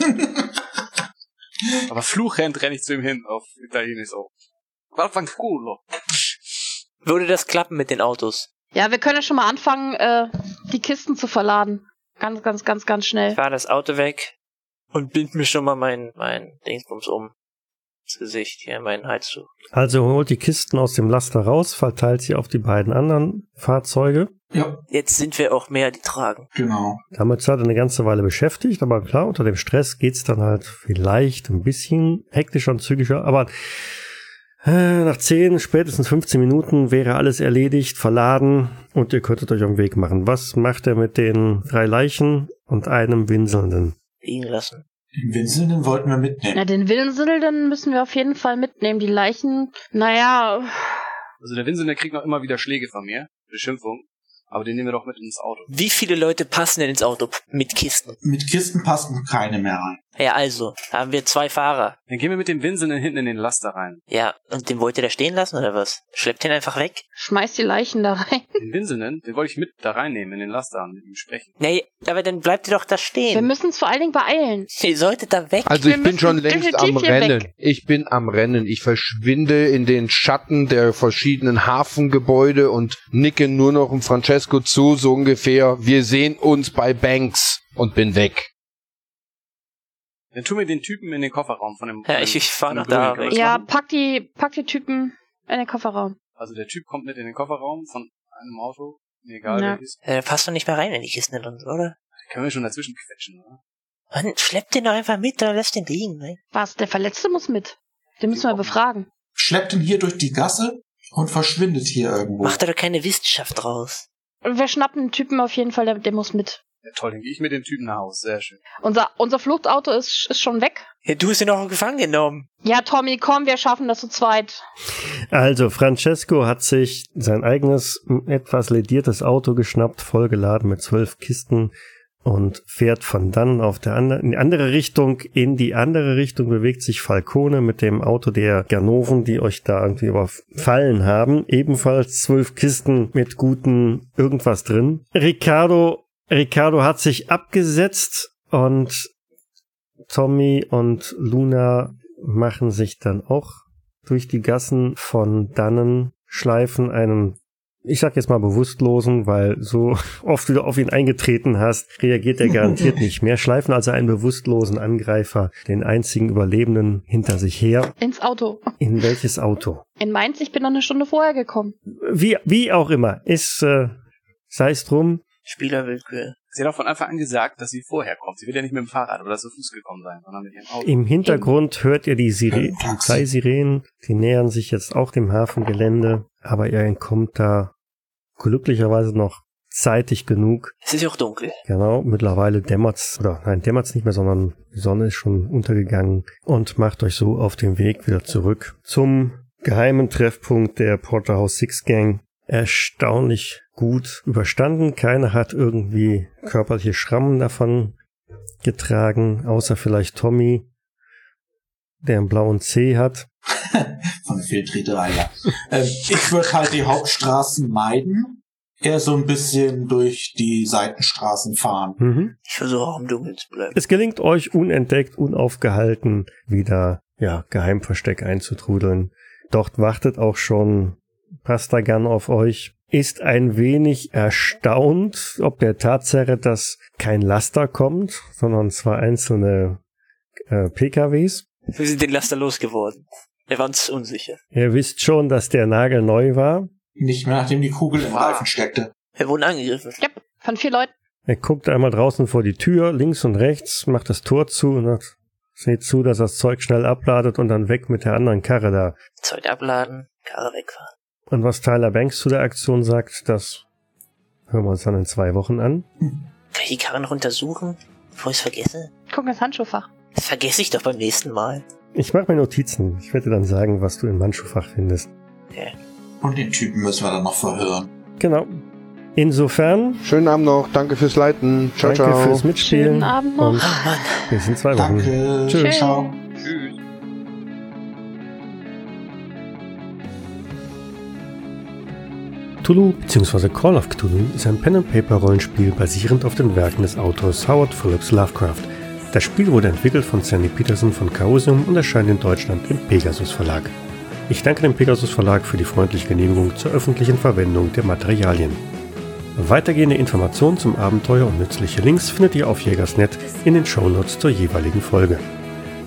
S4: Aber fluchend renn ich zu ihm hin, auf Italienisch auch. Guarfanculo.
S6: Würde das klappen mit den Autos?
S2: Ja, wir können ja schon mal anfangen, äh, die Kisten zu verladen. Ganz, ganz, ganz, ganz
S6: Ich
S2: schnell.
S6: fahr das Auto weg und bind mir schon mal mein, mein Dingsbums um. Das Gesicht hier, meinen Hals zu.
S1: Also holt die Kisten aus dem Laster raus, verteilt sie auf die beiden anderen Fahrzeuge.
S5: Ja,
S6: Jetzt sind wir auch mehr, die tragen.
S5: genau.
S1: Damit seid ihr eine ganze Weile beschäftigt, aber klar, unter dem Stress geht's dann halt vielleicht ein bisschen hektischer und zügiger, aber äh, nach 10, spätestens 15 Minuten wäre alles erledigt, verladen und ihr könntet euch auf den Weg machen. Was macht er mit den drei Leichen und einem Winselnden?
S6: Liegen lassen.
S5: Den Winselnden wollten wir mitnehmen.
S2: Na, den Willensindel, dann müssen wir auf jeden Fall mitnehmen. Die Leichen, naja,
S4: Also der Winselnde kriegt noch immer wieder Schläge von mir. Beschimpfung. Aber den nehmen wir doch mit ins Auto.
S6: Wie viele Leute passen denn ins Auto p- mit Kisten?
S5: Mit Kisten passen keine mehr rein.
S6: Ja, also, haben wir zwei Fahrer.
S4: Dann gehen wir mit dem Winselnden hinten in den Laster rein.
S6: Ja, und den wollt ihr da stehen lassen oder was? Schleppt ihn einfach weg?
S2: schmeiß die Leichen da rein.
S4: Den Winselnden, den wollte ich mit da reinnehmen in den Laster und mit ihm sprechen.
S6: Nee, aber dann bleibt ihr doch da
S2: Wir
S6: stehen.
S2: müssen uns vor allen Dingen beeilen.
S6: <laughs> Ihr solltet da weg.
S3: Also
S2: Wir
S3: ich bin
S2: müssen
S3: schon längst am
S2: definitiv hier
S3: Rennen.
S2: weg.
S3: Ich bin am Rennen. Ich verschwinde in den Schatten der verschiedenen Hafengebäude und nicke nur noch um Francesco zu, so ungefähr. Wir sehen uns bei Banks und bin weg.
S4: Dann tun wir den Typen in den Kofferraum von dem.
S6: Ja,
S4: von
S6: ich-
S4: dem-
S6: ich fahr
S4: von dem
S6: noch da
S4: Grünen.
S6: weg. Was
S2: Ja,
S4: machen?
S2: pack die, pack die Typen in den Kofferraum.
S4: Also der Typ kommt mit in den Kofferraum von einem Auto. Mir egal
S2: Ja.
S4: welches.
S6: Äh, passt doch nicht mehr rein in die Kisten drin, oder?
S4: Können wir schon dazwischen quetschen, oder?
S6: Mann, schleppt den doch einfach mit oder lässt den liegen, ne?
S2: Was? Der Verletzte muss mit. Den müssen wir
S4: Die-
S2: befragen.
S5: Schleppt ihn hier durch die Gasse und verschwindet hier irgendwo.
S6: Macht da doch keine Wissenschaft draus.
S2: Und wir schnappen den Typen auf jeden Fall, der, der muss mit.
S4: Ja, toll, dann gehe ich mit dem Typen nach Hause. Sehr schön.
S2: Unser, unser Fluchtauto ist, ist schon weg.
S6: Ja, du hast ihn doch gefangen genommen.
S2: Ja, Tommy, komm, wir schaffen das zu zweit.
S1: Also, Francesco hat sich sein eigenes m, etwas lediertes Auto geschnappt, vollgeladen mit zwölf Kisten und fährt von dann auf der andre, in die andere Richtung. In die andere Richtung bewegt sich Falcone mit dem Auto der Ganoven, die euch da irgendwie überfallen haben. Ebenfalls zwölf Kisten mit guten irgendwas drin. Ricardo, Ricardo hat sich abgesetzt und Tommy und Luna machen sich dann auch durch die Gassen von Dannen schleifen einen, ich sag jetzt mal bewusstlosen, weil so <laughs> oft du auf ihn eingetreten hast, reagiert er garantiert nicht mehr. Schleifen also einen bewusstlosen Angreifer, den einzigen Überlebenden, hinter sich her.
S2: Ins Auto.
S1: In welches Auto?
S2: In Mainz, ich bin noch eine Stunde vorher gekommen.
S1: Wie, wie auch immer, ist, äh, sei es drum,
S6: Spielerwillkür.
S4: Sie hat auch von Anfang an gesagt, dass sie vorher kommt. Sie wird ja nicht mit dem Fahrrad oder zu Fuß gekommen sein, sondern mit ihrem Auto.
S1: Im Hintergrund hört ihr die Sire
S5: Im Taxi.
S1: zwei Sirenen, die nähern sich jetzt auch dem Hafengelände, aber ihr entkommt da glücklicherweise noch zeitig genug.
S6: Es ist ja auch dunkel.
S1: Genau, mittlerweile dämmert's, oder nein, dämmert's nicht mehr, sondern die Sonne ist schon untergegangen und macht euch so auf den Weg wieder zurück zum geheimen Treffpunkt der Porterhouse Six Gang. erstaunlich gut überstanden. Keiner hat irgendwie körperliche Schrammen davon getragen, außer vielleicht Tommy, der einen blauen Zeh hat.
S5: Von Fehltreterei, ja. ähm, ich würde halt die Hauptstraßen meiden, eher so ein bisschen durch die Seitenstraßen fahren.
S1: Mhm.
S6: Ich versuche auch im Dunkeln zu bleiben.
S1: Es gelingt euch unentdeckt, unaufgehalten wieder, ja, Geheimversteck einzutrudeln. Dort wartet auch schon Pastagan auf euch, ist ein wenig erstaunt, ob der Tatsache, dass kein Laster kommt, sondern zwar einzelne äh, PKWs.
S6: Wir sind den Laster losgeworden. Wir waren uns unsicher.
S1: Ihr wisst schon, dass der Nagel neu war.
S5: Nicht mehr, nachdem die Kugel im
S6: Wow.
S5: Reifen steckte.
S6: Wir wurden angegriffen.
S2: Yep, von vier Leuten.
S1: Er guckt einmal draußen vor die Tür, links und rechts, macht das Tor zu und sagt, seht zu, dass das Zeug schnell abladet und dann weg mit der anderen Karre da.
S6: Zeug abladen, Karre wegfahren.
S1: Und was Tyler Banks zu der Aktion sagt, das hören wir uns dann in zwei Wochen an.
S6: Kann ich die Karre noch untersuchen, bevor ich es vergesse?
S2: Guck ins Handschuhfach.
S6: Das vergesse ich doch beim nächsten Mal.
S1: Ich mache mir Notizen. Ich werde dir dann sagen, was du im Handschuhfach findest.
S5: Und den Typen müssen wir dann noch verhören.
S1: Genau. Insofern,
S3: Schönen Abend noch. Danke fürs Leiten. Ciao,
S1: danke
S3: ciao.
S1: fürs Mitspielen.
S2: Schönen Abend noch.
S1: Und
S6: Oh Mann.
S1: bis in zwei Wochen.
S5: Danke.
S1: Tschüss.
S2: Tschüss.
S5: Ciao.
S4: Tschüss.
S1: Cthulhu bzw. Call of Cthulhu ist ein Pen-and-Paper-Rollenspiel basierend auf den Werken des Autors Howard Phillips Lovecraft. Das Spiel wurde entwickelt von Sandy Peterson von Chaosium und erscheint in Deutschland im Pegasus Verlag. Ich danke dem Pegasus Verlag für die freundliche Genehmigung zur öffentlichen Verwendung der Materialien. Weitergehende Informationen zum Abenteuer und nützliche Links findet ihr auf Jägersnet in den Shownotes zur jeweiligen Folge.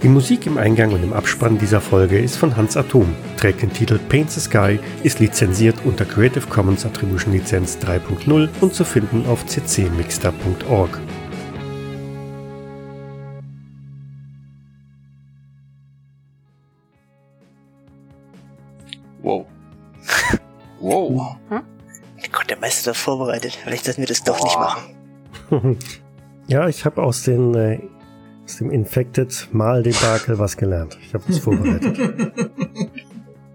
S1: Die Musik im Eingang und im Abspann dieser Folge ist von Hans Atom, trägt den Titel Paint the Sky, ist lizenziert unter Creative Commons Attribution Lizenz 3.0 und zu finden auf ccmixter.org.
S4: <laughs> Wow. wow.
S6: Gott, der Meister ist vorbereitet. Vielleicht sollten wir das doch nicht machen.
S1: ja, ich habe aus, den, äh, aus dem Infected Mal-Debakel was gelernt. Ich habe das <laughs> vorbereitet.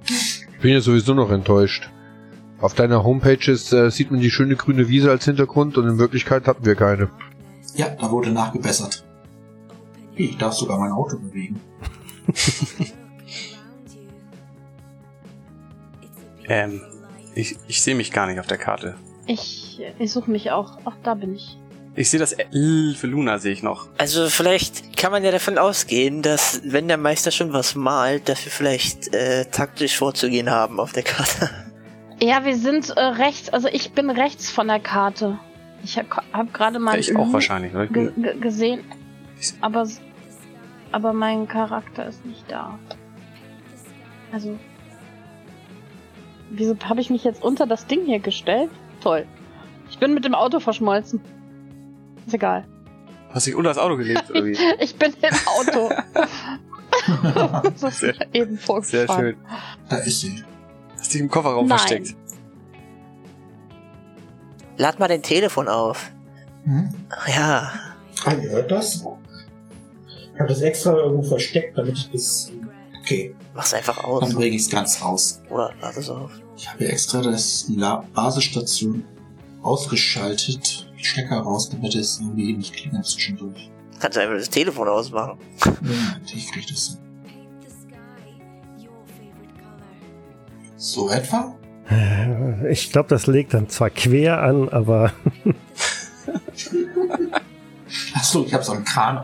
S3: Ich bin ja sowieso noch enttäuscht. Auf deiner Homepage ist, äh, sieht man die schöne grüne Wiese als Hintergrund und in Wirklichkeit hatten wir keine.
S5: Ja, da wurde nachgebessert. Ich darf sogar mein Auto bewegen.
S4: Ähm, ich, ich sehe mich gar nicht auf der Karte.
S2: Ich, ich suche mich auch. Ach, da bin ich.
S4: Ich sehe das L für Luna sehe ich noch.
S6: Also vielleicht kann man ja davon ausgehen, dass wenn der Meister schon was malt, dass wir vielleicht äh, taktisch vorzugehen haben auf der Karte. <laughs>
S2: Ja, wir sind äh, rechts. Also ich bin rechts von der Karte. Ich habe hab gerade mal
S4: ich auch
S2: Lu-
S4: wahrscheinlich. Oder? Ich
S2: mhm. ge
S4: bin-
S2: ge gesehen. Aber, s- aber mein Charakter ist nicht da. Also. Wieso habe ich mich jetzt unter das Ding hier gestellt? Toll. Ich bin mit dem Auto verschmolzen. Ist egal.
S4: Hast dich unter das Auto gelegt
S2: <laughs>
S4: oder wie?
S2: Ich bin im
S4: <laughs>
S2: Auto. <laughs> das ist
S4: Sehr-
S2: eben vorgefahren.
S4: Sehr schön.
S5: Da ist sie.
S4: Hast dich im Kofferraum
S2: Nein.
S4: versteckt.
S6: Lad mal dein Telefon auf.
S5: Hm?
S6: Ach ja.
S5: Ah, ihr hört das? Ich habe das extra irgendwo versteckt, damit ich das... Okay,
S6: Mach's einfach
S5: dann
S6: aus.
S5: bringe ich es ganz raus.
S6: Oder lad es auf.
S5: Ich habe extra das La Basisstation ausgeschaltet, Stecker raus, damit es irgendwie nicht klingelt zwischendurch.
S6: Kannst du einfach das Telefon ausmachen.
S5: Moment, ich krieg das hin. So etwa?
S1: Äh, Ich glaube, das legt dann zwar quer an, aber <laughs>
S5: Achso, ich habe so einen Kran.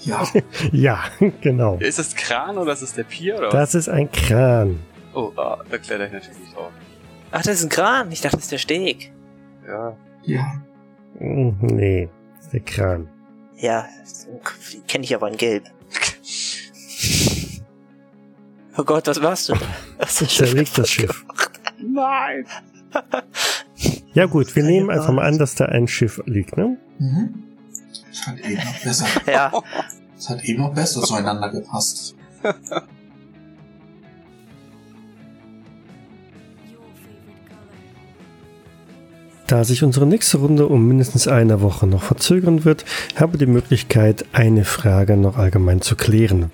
S5: Ja,
S1: ja, genau.
S4: Ist das Kran oder ist das der Pier oder was?
S1: Das ist ein Kran.
S4: Oh, ah, da kletter ich natürlich nicht drauf.
S6: Ach, das ist ein Kran. Ich dachte, das ist der Steg.
S4: Ja.
S5: ja.
S1: Hm, Nee, das ist der Kran.
S6: Ja, kenne ich aber in Gelb. Oh Gott, was machst du? Hast du schon
S1: Zerlegt das Schiff.
S4: Nein.
S1: <laughs> Ja gut, wir
S6: Keine
S1: nehmen einfach mal
S6: Frage.
S1: an, dass da ein Schiff liegt, ne?
S5: Mhm. Das hat eben noch besser.
S6: Ja,
S5: Das hat eben noch besser zueinander gepasst.
S1: Da sich unsere nächste Runde um mindestens eine Woche noch verzögern wird, habe die Möglichkeit, eine Frage noch allgemein zu klären.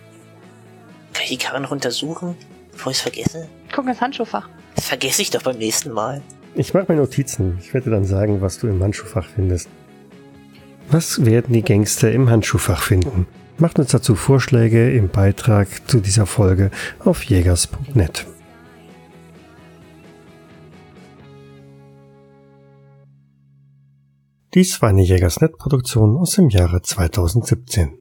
S6: Kann ich die Karre noch untersuchen, bevor ich es vergesse?
S2: Guck ins Handschuhfach.
S6: Das Das vergesse ich doch beim nächsten Mal.
S1: Ich mache mir Notizen. Ich werde dir dann sagen, was du im Handschuhfach findest. Was werden die Gangster im Handschuhfach finden? Macht uns dazu Vorschläge im Beitrag zu dieser Folge auf jägers.net. Dies war eine Jägersnet-Produktion aus dem Jahre 2017.